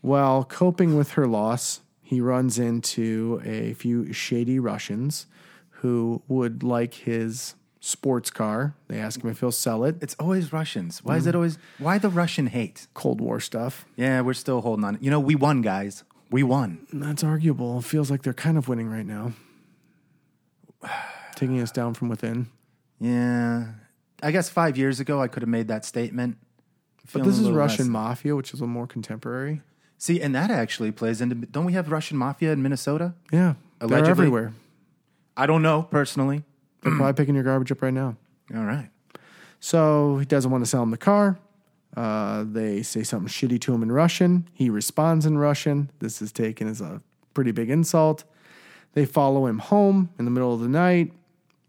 C: While coping with her loss, he runs into a few shady Russians who would like his sports car. They ask him if he'll sell it.
D: It's always Russians.
C: Mm.
D: Why is it always why the Russian hate?
C: Cold War stuff.
D: Yeah, we're still holding on. You know, we won, guys. We won.
C: That's arguable. It feels like they're kind of winning right now. Taking us down from within.
D: Yeah. I guess five years ago I could have made that statement.
C: But this is Russian mafia, which is a more contemporary.
D: See, and that actually plays into don't we have Russian mafia in Minnesota?
C: Yeah.
D: Allegedly.
C: They're everywhere.
D: I don't know personally.
C: They're probably picking your garbage up right now.
D: All right.
C: So he doesn't want to sell him the car. Uh, they say something shitty to him in Russian. He responds in Russian. This is taken as a pretty big insult. They follow him home in the middle of the night,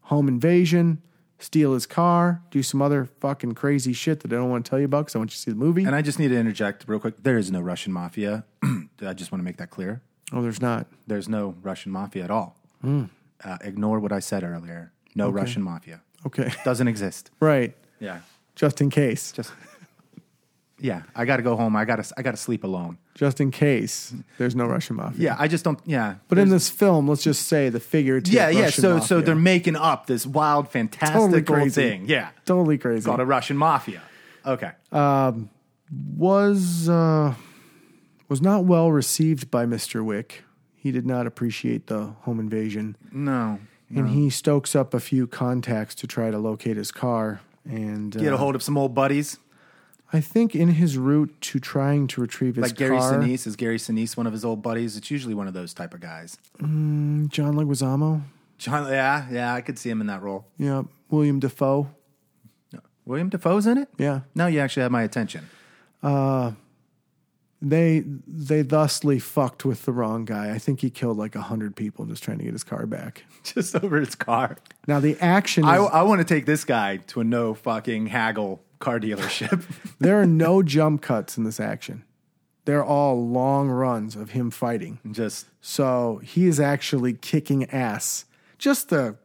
C: home invasion, steal his car, do some other fucking crazy shit that I don't want to tell you about because I want you to see the movie.
D: And I just need to interject real quick. There is no Russian mafia. I just want to make that clear.
C: oh, there's not.
D: There's no Russian mafia at all.
C: Hmm.
D: Uh, ignore what I said earlier. No Russian mafia.
C: Okay.
D: Doesn't exist.
C: right.
D: Yeah.
C: Just in case.
D: Just Yeah, I got to go home. I got to I got to sleep alone.
C: Just in case there's no Russian mafia.
D: Yeah, I just don't yeah.
C: But in this film, let's just say the figurative.
D: yeah, yeah,
C: Russian
D: so so
C: mafia.
D: they're making up this wild fantastical
C: totally crazy. Uh,
D: thing. Yeah.
C: totally crazy.
D: Called a Russian mafia. Okay.
C: was uh, was not well received by Mister Wick. He did not appreciate the home invasion,
D: no.
C: and he stokes up a few contacts to try to locate his car. And uh,
D: Get a hold of some old buddies.
C: I think in his route to trying to retrieve his
D: Like Gary
C: car,
D: Sinise is Gary Sinise one of his old buddies. It's usually one of those type of guys.
C: John Leguizamo,
D: John, yeah, yeah, I could see him in that role.
C: yeah, William Defoe,
D: William Defoe's in it.
C: yeah.
D: Now you actually have my attention.
C: They they thusly fucked with the wrong guy. I think he killed like a hundred people just trying to get his car back.
D: Just over his car.
C: Now the action. Is,
D: I, I want to take this guy to a no fucking haggle car dealership.
C: There are no jump cuts in this action. They're all long runs of him fighting.
D: Just
C: So he is actually kicking ass. Just the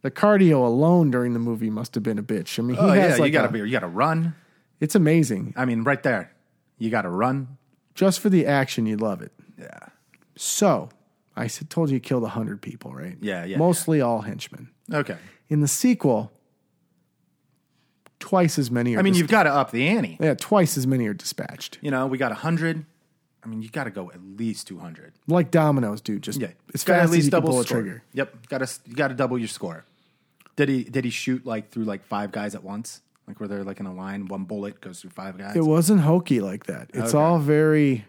C: the cardio alone during the movie must have been a bitch. I mean, he
D: oh yeah,
C: has like
D: you gotta
C: a-
D: be, you gotta run.
C: It's amazing.
D: I mean, right there, you gotta run.
C: Just for the action, you love it.
D: Yeah,
C: So I said, told you he killed hundred people, right?
D: Yeah, yeah,
C: Mostly all henchmen.
D: okay.
C: In the sequel, twice as many. Are
D: I mean,
C: dis-
D: you've got to up the ante.
C: yeah, twice as many are dispatched.
D: You know, we got hundred. I mean, you got to go at least two hundred.
C: Like dominoes, dude. Just
D: Yeah,
C: as
D: Gotta
C: fast as you can pull a
D: score.
C: trigger.
D: Yep, got to you got to double your score. Did he did he shoot like through like five guys at once? Like were there like in a line, one bullet goes through five guys?
C: It wasn't hokey like that. It's all very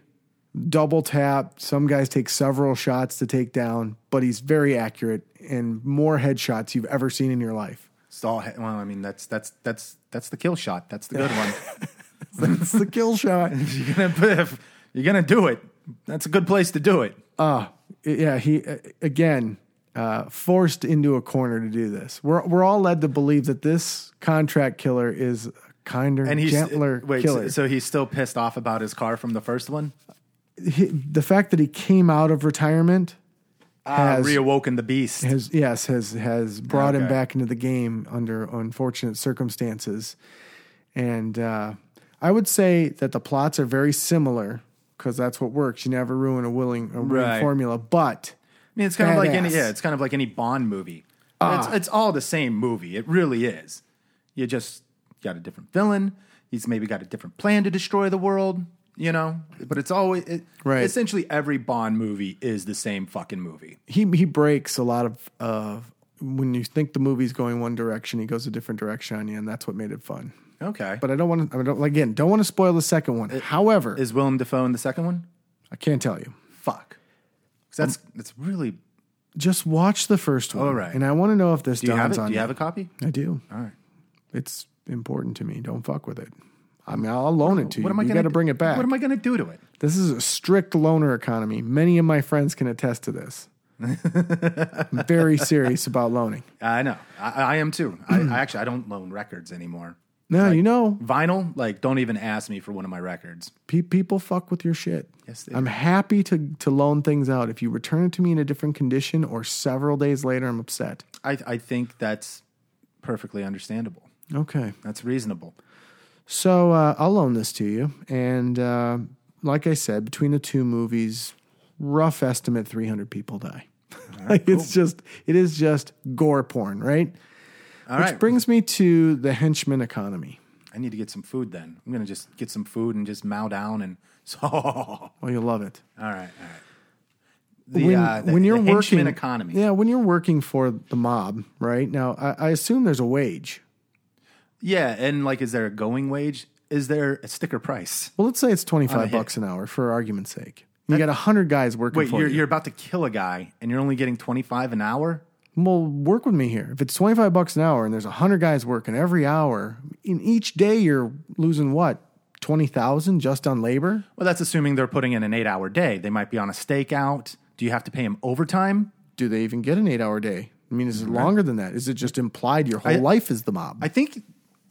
C: double tap. Some guys take several shots to take down, but he's very accurate and more headshots you've ever seen in your life.
D: It's all he- well. I mean, that's that's that's that's the kill shot. That's the good one.
C: It's the kill shot.
D: you're gonna put- if you're gonna do it. That's a good place to do it.
C: Uh, yeah, he uh, again uh, forced into a corner to do this. We're we're all led to believe that this contract killer is a kinder,
D: And he's
C: gentler
D: wait, so-
C: killer.
D: So, he's still pissed off about his car from the first one.
C: He- the fact that he came out of retirement
D: Uh,
C: has
D: reawoken the beast.
C: has yes has has brought him
D: Okay.
C: back into the game under unfortunate circumstances, and uh, I would say that the plots are very similar because that's what works. You never ruin a willing, a winning
D: Right.
C: formula, but
D: I mean, it's kind of like
C: Badass. Ah.
D: any yeah, it's kind of like any Bond movie. it's, it's all the same movie. It really is. You just got a different villain. He's maybe got a different plan to destroy the world. You know, but it's always it,
C: Right.
D: Essentially, every Bond movie is the same fucking movie.
C: he he breaks a lot of uh, when you think the movie's going one direction, he goes a different direction on you, and that's what made it fun.
D: Okay,
C: But I don't want to. I don't again. Don't want to spoil the second one. However,
D: is Willem Dafoe in the second one?
C: I can't tell you.
D: Fuck, 'Cause that's
C: Um,
D: that's really.
C: Just watch the first one.
D: All right.
C: And I want to know if this
D: Do you have
C: dawns
D: it?
C: on
D: Do you have a copy?
C: I do.
D: All right.
C: It's important to me. Don't fuck with it. I mean, I'll loan it to you.
D: What am I
C: you
D: going
C: got to bring it back.
D: What am I going to do to it?
C: This is a strict loaner economy. Many of my friends can attest to this. I'm very serious about loaning.
D: I know. I, I am too. I, I actually I don't loan records anymore.
C: No, you know,
D: Vinyl, like, don't even ask me for one of my records.
C: pe- people fuck with your shit.
D: Yes, they
C: I'm happy to to loan things out. If you return it to me in a different condition or several days later, I'm upset.
D: I, I think that's perfectly understandable.
C: Okay,
D: That's reasonable.
C: so uh, I'll loan this to you, and uh, like I said, between the two movies, rough estimate 300 people die. Like it's just it is just gore porn, right?
D: All
C: Which
D: right.
C: brings me to the henchman economy.
D: I need to get some food then. I'm going to just get some food and just mow down and so. all
C: Oh, you'll love it.
D: right. All right. The,
C: when,
D: uh, the-
C: when you're
D: the henchman
C: working
D: economy.
C: yeah, when you're working for the mob, right now, I, I assume there's a wage.
D: Yeah, And like, is there a going wage? Is there a sticker price?
C: Well, let's say it's twenty
D: On a
C: five
D: hit.
C: bucks an hour for argument's sake. You got hundred guys working
D: Wait,
C: for
D: you're,
C: you.
D: you're about to kill a guy and you're only getting 25 an hour?
C: well, work with me here. If it's twenty five bucks an hour and there's hundred guys working every hour, in each day you're losing what twenty thousand just on labor.
D: Well, that's assuming they're putting in an eight hour day. They might be on a stakeout. Do you have to pay them overtime?
C: Do they even get an eight hour day? I mean, is it longer than that? Is it just implied your whole
D: I-
C: life is the mob?
D: I think,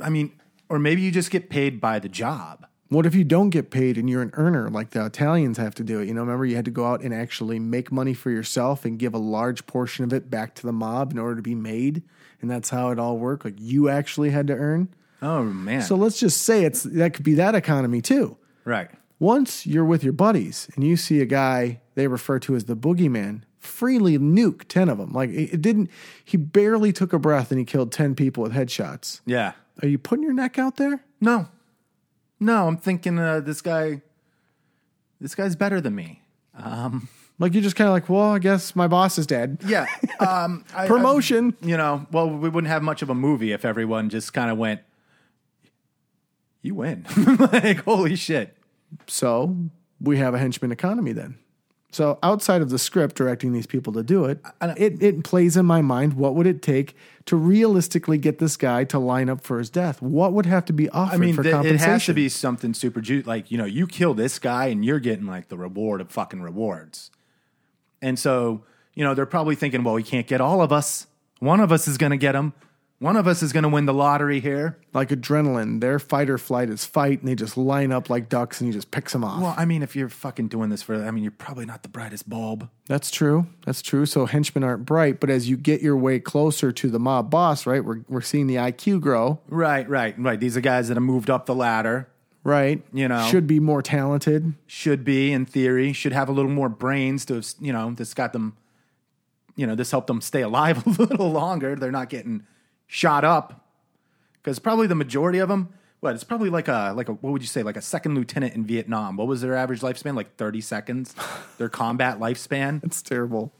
D: I mean, or maybe you just get paid by the job.
C: What if you don't get paid and you're an earner like the Italians have to do it? You know, remember you had to go out and actually make money for yourself and give a large portion of it back to the mob in order to be made. And that's how it all worked. Like you actually had to earn.
D: Oh, man.
C: So let's just say it's that could be that economy too.
D: right.
C: Once you're with your buddies and you see a guy they refer to as the boogeyman freely nuke 10 of them. Like it it didn't, he barely took a breath and he killed 10 people with headshots.
D: Yeah.
C: Are you putting your neck out there?
D: No. No, I'm thinking uh, this guy, this guy's better than me.
C: Like you're just kind of like, well, I guess my boss is dead.
D: Yeah. Um, I- I-
C: Promotion.
D: you know, well, we wouldn't have much of a movie if everyone just kind of went, you win. like, holy shit.
C: So we have a henchman economy then. So outside of the script directing these people to do it, it, it plays in my mind what would it take to realistically get this guy to line up for his death? What would have to be offered
D: I mean,
C: for
D: th- it
C: compensation?
D: has to be something super ju- like you know, you kill this guy and you're getting like the reward of fucking rewards. And so, you know, they're probably thinking, well, we can't get all of us. One of us is going to get him. One of us is going to win the lottery here.
C: like adrenaline. Their fight or flight is fight, and they just line up like ducks, and he just picks them off.
D: Well, I mean, if you're fucking doing this for, I mean, you're probably not the brightest bulb.
C: That's true. That's true. So henchmen aren't bright, but as you get your way closer to the mob boss, right? We're we're seeing the IQ grow,
D: Right, right, right. These are guys that have moved up the ladder.
C: right?
D: You know.
C: should be more talented.
D: Should be, in theory, should have a little more brains to have, s- you know, this got them, you know, this helped them stay alive a little longer. They're not getting shot up because probably the majority of them. What it's probably like a like a what would you say like a second lieutenant in Vietnam? What was their average lifespan? Like thirty seconds. their combat lifespan.
C: It's terrible.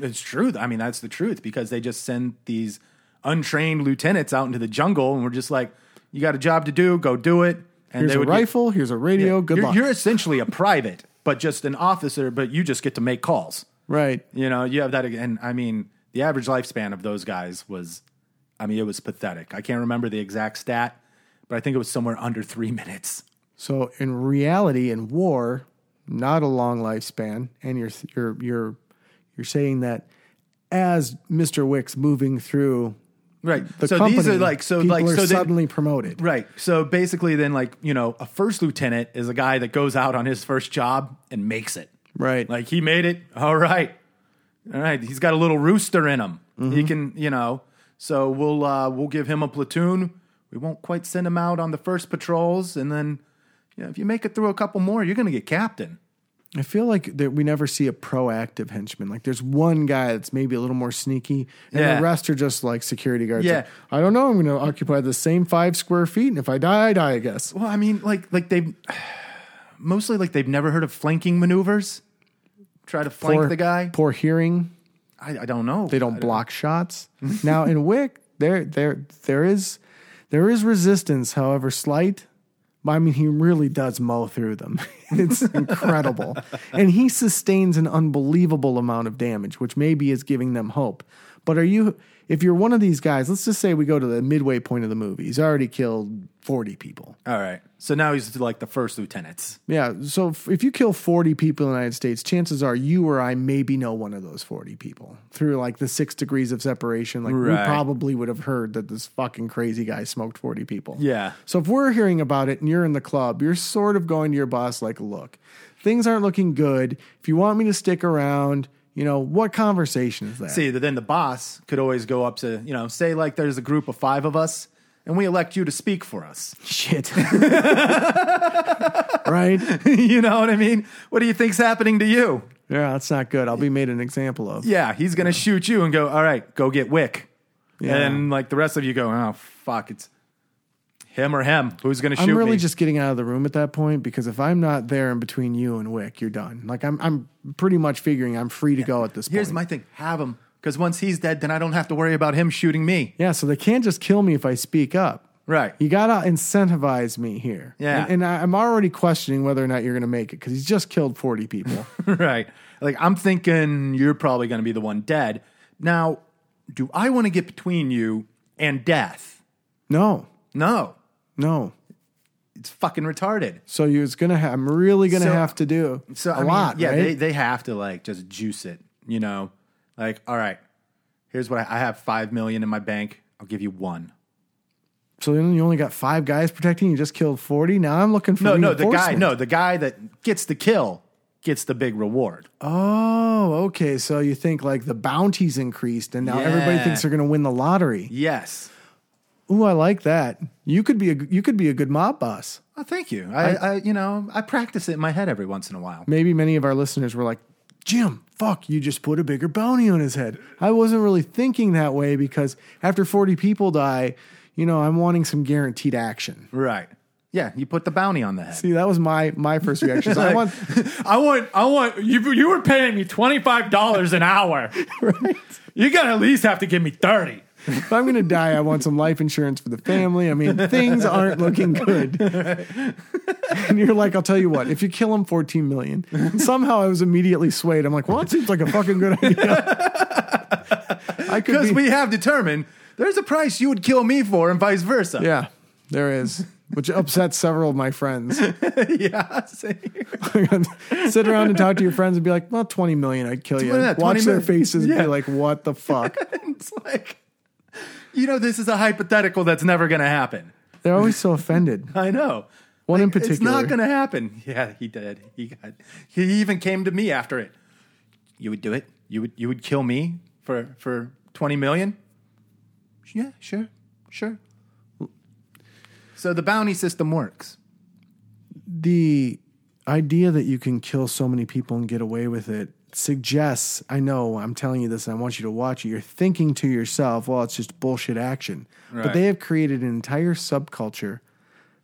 D: It's true. I mean, that's the truth because they just send these untrained lieutenants out into the jungle, and we're just like, you got a job to do, go do it. And
C: Here's
D: they
C: a
D: would get-
C: rifle. here's a radio. Good
D: you're,
C: luck.
D: you're essentially a private, but just an officer. But you just get to make calls.
C: right.
D: You know, you have that. And I mean, the average lifespan of those guys was, I mean, it was pathetic. I can't remember the exact stat, but I think it was somewhere under three minutes.
C: So in reality, in war, not a long lifespan, and you're you're you're you're saying that as Mr. Wick's moving through
D: Right.
C: the
D: so
C: company,
D: these are like so
C: people
D: like
C: are
D: so they-
C: suddenly promoted.
D: Right. So basically, then, like, you know, a first lieutenant is a guy that goes out on his first job and makes it.
C: Right.
D: Like, he made it. All right. All right. He's got a little rooster in him.
C: Mm-hmm.
D: He can, you know, so we'll, uh, we'll give him a platoon. We won't quite send him out on the first patrols. And then, you know, if you make it through a couple more, you're going to get captain.
C: I feel like that we never see a proactive henchman. Like there's one guy that's maybe a little more sneaky, and
D: Yeah.
C: the rest are just like security guards.
D: Yeah.
C: Like, I don't know. I'm going to occupy the same five square feet, and if I die, I die. I guess.
D: Well, I mean, like like they mostly like they've never heard of flanking maneuvers. Try to flank the guy.
C: Poor hearing.
D: I, I don't know.
C: They don't block shots. now in Wick, there there there is there is resistance, however slight. But I mean, he really does mow through them. It's incredible, and he sustains an unbelievable amount of damage, which maybe is giving them hope. But are you? If you're one of these guys, let's just say we go to the midway point of the movie. He's already killed forty people.
D: All right. So now he's like the first lieutenants.
C: Yeah. So if, if you kill 40 people in the United States, chances are you or I maybe know one of those 40 people through like the six degrees of separation. Like we
D: Right.
C: probably would have heard that this fucking crazy guy smoked 40 people.
D: Yeah.
C: So if we're hearing about it and you're in the club, you're sort of going to your boss like, look, things aren't looking good. If you want me to stick around, you know, what conversation is that?
D: See, then the boss could always go up to, you know, say like there's a group of five of us and we elect you to speak for us.
C: Shit. right?
D: you know what I mean? What do you think's happening to you?
C: Yeah, that's not good. I'll be made an example of.
D: Yeah, he's going to shoot you and go, all right, go get Wick.
C: Yeah.
D: And like the rest of you go, oh, fuck, it's him or him. Who's going to shoot
C: I'm really
D: me?
C: just getting out of the room at that point because if I'm not there in between you and Wick, you're done. Like I'm, I'm pretty much figuring I'm free to go at this
D: Here's
C: point.
D: my thing have him. Because once he's dead, then I don't have to worry about him shooting me.
C: yeah, so they can't just kill me if I speak up.
D: Right.
C: You gotta incentivize me here.
D: Yeah.
C: and, and I, I'm already questioning whether or not you're gonna make it because he's just killed 40 people.
D: right. Like I'm thinking you're probably going to be the one dead. Now, do I want to get between you and death?
C: no,
D: No.
C: no.
D: It's fucking retarded.
C: So you it's gonna. Ha- I'm really gonna
D: So-
C: have to do
D: So
C: a
D: I mean,
C: lot.
D: Yeah,
C: right?
D: they they have to like just juice it, you know. Like, all right, here's what I, I have five million in my bank. I'll give you one.
C: so then you only got five guys protecting. You just killed 40. Now I'm looking for
D: No, no, the guy,
C: reinforcements.
D: no, the guy that gets the kill gets the big reward.
C: Oh, okay. So you think like the bounty's increased and now everybody
D: Yeah.
C: thinks they're going to win the lottery.
D: Yes.
C: Ooh, I like that. You could be a you could be a good mob boss.
D: Oh, thank you. I, I, you know, I practice it in my head every once in a while.
C: Maybe many of our listeners were like, "Jim, fuck, you just put a bigger bounty on his head." I wasn't really thinking that way because after 40 people die, you know, I'm wanting some guaranteed action.
D: Right. Yeah, you put the bounty on the head.
C: See, that was my my first reaction. So I want
D: I want, I want you. You were paying me twenty five dollars an hour.
C: right.
D: You gotta at least have to give me thirty.
C: If I'm going to die, I want some life insurance for the family. I mean, things aren't looking good. And you're like, I'll tell you what, if you kill him, 14 million. And somehow I was immediately swayed. I'm like, well, it seems like a fucking good idea. I could
D: Because
C: be,
D: we have determined there's a price you would kill me for, and vice versa.
C: yeah, there is, which upsets several of my friends.
D: yeah. same here.
C: Sit around and talk to your friends and be like, well, 20 million, I'd kill you.
D: Look at that,
C: Watch
D: 20
C: their
D: million.
C: faces and
D: Yeah.
C: be like, what the fuck?
D: it's like, you know, this is a hypothetical that's never going to happen.
C: They're always so offended.
D: I know.
C: One in
D: It's not
C: particular.
D: going to happen. Yeah, he did. He got. He even came to me after it. You would do it. You would. You would kill me for for twenty million. Yeah, sure, sure. So the bounty system works.
C: the idea that you can kill so many people and get away with it suggests i know i'm telling you this and i want you to watch it you're thinking to yourself well it's just bullshit action but
D: Right.
C: they have created an entire subculture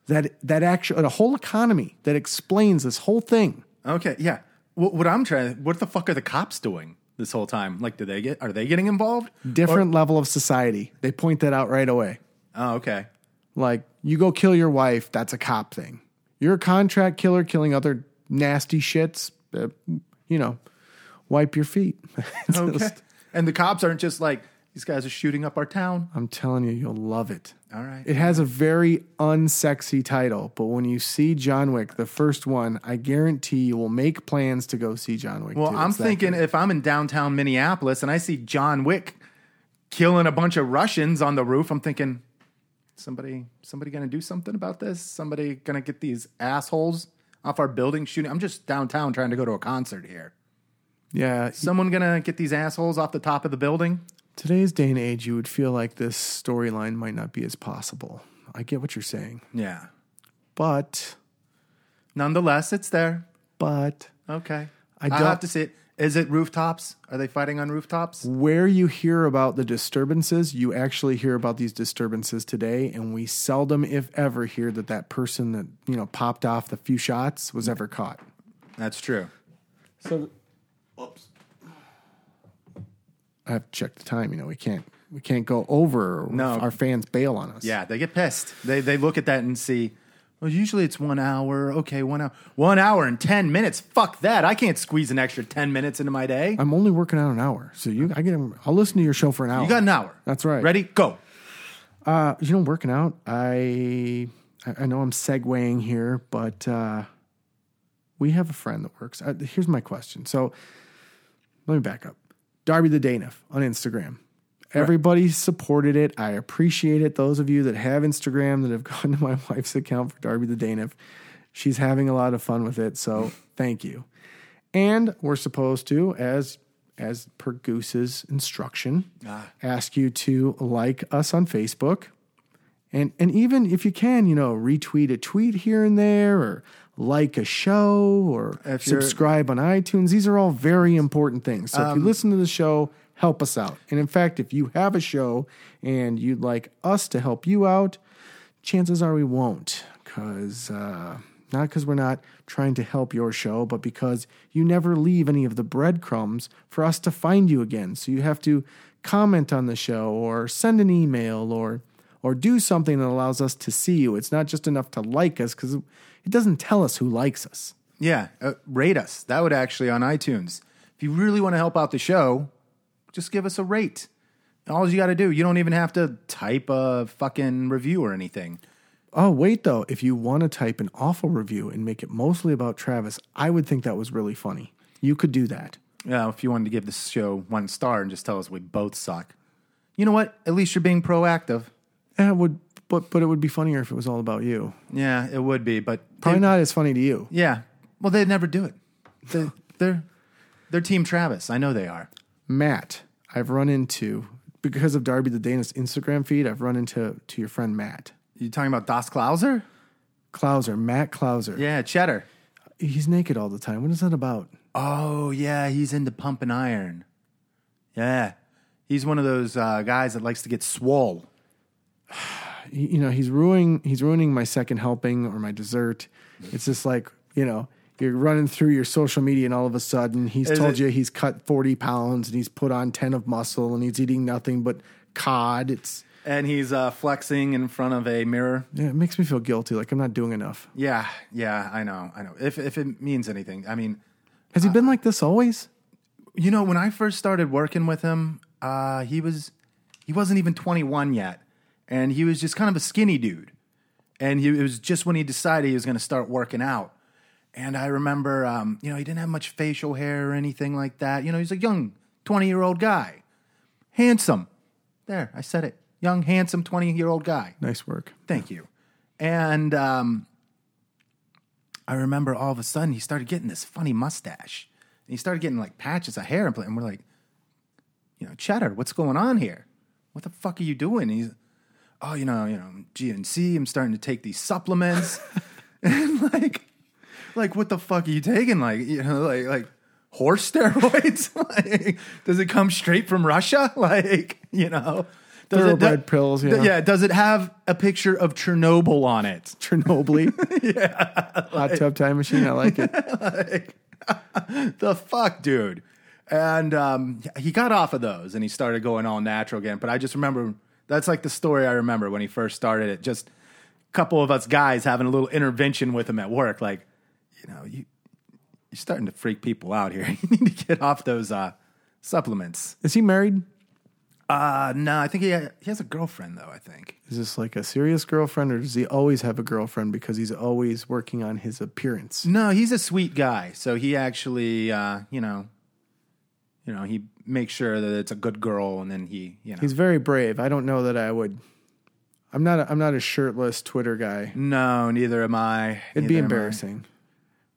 C: that that actually a whole economy that explains this whole thing
D: Okay, yeah. What, what I'm trying. What the fuck are the cops doing this whole time? Like, do they get? Are they getting involved?
C: different level of society they point that out right away
D: Oh, okay.
C: like you go kill your wife that's a cop thing you're a contract killer killing other nasty shits uh, you know wipe your feet
D: Okay. And the cops aren't just like these guys are shooting up our town.
C: I'm telling you, you'll love it.
D: All right.
C: It has a very unsexy title, but when you see John Wick, the first one, I guarantee you will make plans to go see John Wick.
D: Well,
C: too.
D: I'm
C: It's that
D: thinking
C: good.
D: if I'm in downtown Minneapolis and I see John Wick killing a bunch of Russians on the roof, I'm thinking somebody somebody going to do something about this? Somebody going to get these assholes off our building shooting? I'm just downtown trying to go to a concert here.
C: yeah,
D: Someone going to get these assholes off the top of the building?
C: today's day and age, you would feel like this storyline might not be as possible. I get what you're saying,
D: Yeah.
C: but
D: Nonetheless, it's there.
C: but
D: Okay.
C: I
D: I will
C: don't-
D: have to see it. Is it rooftops? Are they fighting on rooftops?
C: Where you hear about the disturbances, you actually hear about these disturbances today, and we seldom, if ever, hear that that person that you know popped off the few shots was ever caught.
D: That's true.
C: So, oops. I have to check the time. You know, we can't we can't go over. or
D: No.
C: our fans bail on us.
D: Yeah, they get pissed. They they look at that and see. Well, usually it's one hour. Okay, one hour. One hour and ten minutes. Fuck that. I can't squeeze an extra ten minutes into my day.
C: I'm only working out an hour, so you I get. I'll listen to your show for an hour.
D: you got an hour.
C: That's right.
D: Ready? Go.
C: Uh, you know, working out. I I I know I'm segueing here, but uh, we have a friend that works. Uh, here's my question. So let me back up. Darby the Daniff on Instagram. Everybody supported it. I appreciate it. Those of you that have Instagram that have gone to my wife's account for Darby the Daniff, she's having a lot of fun with it. So thank you. And we're supposed to, as as per Goose's instruction,
D: Ah.
C: ask you to like us on Facebook. And and even if you can, you know, retweet a tweet here and there or like a show or
D: If you're-
C: subscribe on iTunes. These are all very important things. So if you listen to the show, help us out. And in fact, if you have a show and you'd like us to help you out, chances are we won't because uh, not because we're not trying to help your show, but because you never leave any of the breadcrumbs for us to find you again. So you have to comment on the show or send an email or or do something that allows us to see you. It's not just enough to like us because it doesn't tell us who likes us.
D: Yeah, uh, rate us. That would actually on iTunes. If you really want to help out the show, just give us a rate. And all you got to do, you don't even have to type a fucking review or anything.
C: Oh, wait, though. If you want to type an awful review and make it mostly about Travis, I would think that was really funny. You could do that.
D: Now, if you wanted to give this show one star and just tell us we both suck, you know what? At least you're being proactive.
C: Yeah, it would, but, but it would be funnier if it was all about you.
D: Yeah, it would be, but
C: Probably not as funny to you.
D: yeah. Well, they never do it. They, they're they're Team Travis. I know they are.
C: Matt, I've run into, because of Darby the Dana's Instagram feed, I've run into to your friend Matt
D: You talking about Das Klauser?
C: Klauser, Matt Klauser.
D: Yeah, Cheddar.
C: He's naked all the time. What is that about?
D: Oh yeah, he's into pumping iron. Yeah, he's one of those uh, guys that likes to get swole.
C: He- you know, he's ruining he's ruining my second helping or my dessert. It's just like, you know, you're running through your social media and all of a sudden he's
D: Is
C: told
D: it-
C: you he's cut 40 pounds and he's put on 10 of muscle and he's eating nothing but cod. It's
D: And he's uh, flexing in front of a mirror.
C: yeah, it makes me feel guilty like I'm not doing enough.
D: Yeah, yeah, I know, I know. If if it means anything, I mean,
C: Has he been like this always?
D: you know, when I first started working with him, uh, he was he wasn't even 21 yet, and he was just kind of a skinny dude. And he, it was just when he decided he was going to start working out. And I remember, um, you know, he didn't have much facial hair or anything like that. You know, he's a young 20 year old guy, handsome. There, I said it. Young, handsome 20 year old guy.
C: Nice work.
D: Thank you. And um, I remember all of a sudden he started getting this funny mustache. And he started getting like patches of hair. And pla- and we're like, you know, Cheddar, what's going on here? What the fuck are you doing? And he's, oh, you know, you know, GNC, I'm starting to take these supplements. and like, like, what the fuck are you taking? Like, you know, like, like horse steroids? like, does it come straight from Russia? Like, you know, does it-
C: Thoroughbred pills, you know.
D: yeah, does it have a picture of Chernobyl on it?
C: Chernobyl. Hot tub time machine. I like it.
D: The fuck, dude. And um, he got off of those and he started going all natural again. But I just remember that's like the story I remember when he first started it. Just a couple of us guys having a little intervention with him at work. Like, you know, you, you're starting to freak people out here. you need to get off those uh, supplements.
C: Is he married?
D: Uh, no, I think he, ha- he has a girlfriend, though, I think.
C: Is this like a serious girlfriend or does he always have a girlfriend because he's always working on his appearance?
D: No, he's a sweet guy. So he actually, uh, you know, you know, he makes sure that it's a good girl, and then he, you know,
C: He's very brave. I don't know that I would. I'm not. A, I'm not a shirtless Twitter guy.
D: no, neither am I.
C: It'd be
D: Neither am I.
C: embarrassing.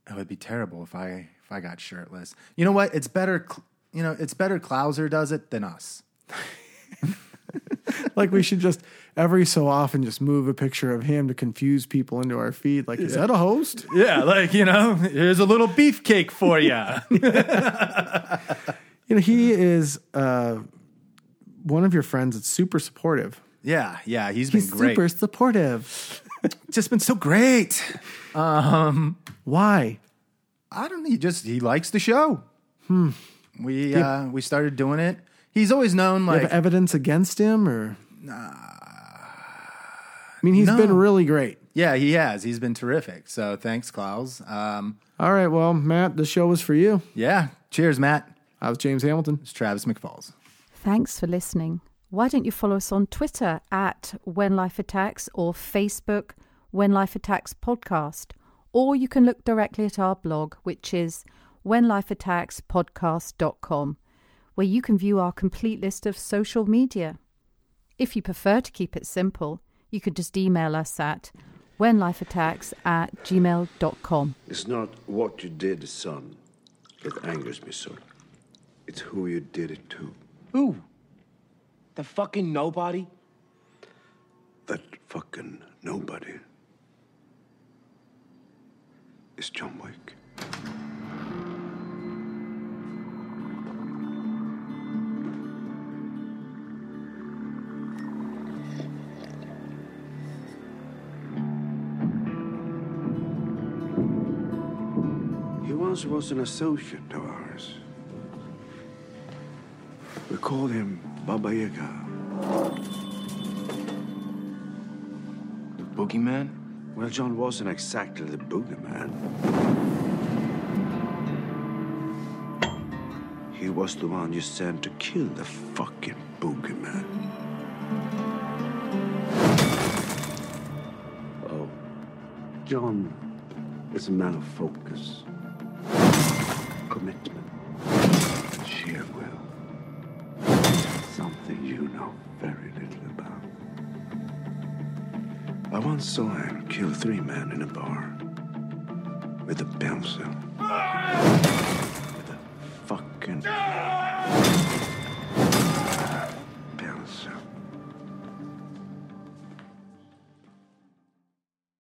D: It would be terrible if I if I got shirtless. You know what? It's better. Cl- you know, it's better. Klauser does it than us.
C: like we should just every so often just move a picture of him to confuse people into our feed. Like, is that a host?
D: Yeah, like, you know, here's a little beefcake for you.
C: You know, he is uh, one of your friends that's super supportive.
D: yeah, yeah, he's been
C: He's
D: great.
C: super supportive.
D: Just been so great.
C: Why?
D: I don't know. He just he likes the show. Hmm. We uh, we started doing it. He's always known
C: You
D: like
C: have evidence against him or? I mean, he's been
D: No.
C: really great.
D: yeah he has. He's been terrific. So thanks, Klaus. Um,
C: All right, well, Matt, the show was for you.
D: yeah. Cheers, Matt.
C: I was James Hamilton.
D: It's Travis McFalls.
A: Thanks for listening. Why don't you follow us on Twitter at When Life Attacks or Facebook When Life Attacks Podcast? Or you can look directly at our blog, which is whenlifeattackspodcast.com, where you can view our complete list of social media. If you prefer to keep it simple, you could just email us at whenlifeattacks at gmail.com.
E: It's not what you did, son, that angers me so. It's who you did it to.
F: Who? The fucking nobody?
E: That fucking nobody. Is John Wick. He once was an associate of ours. We called him Baba Yaga.
F: Boogeyman?
E: Well, John wasn't exactly the boogeyman. He was the one you sent to kill the fucking boogeyman. Oh, John is a man of focus, commitment, sheer will. Something you know very little about. I once saw him kill three men in a bar with a pencil. With a fucking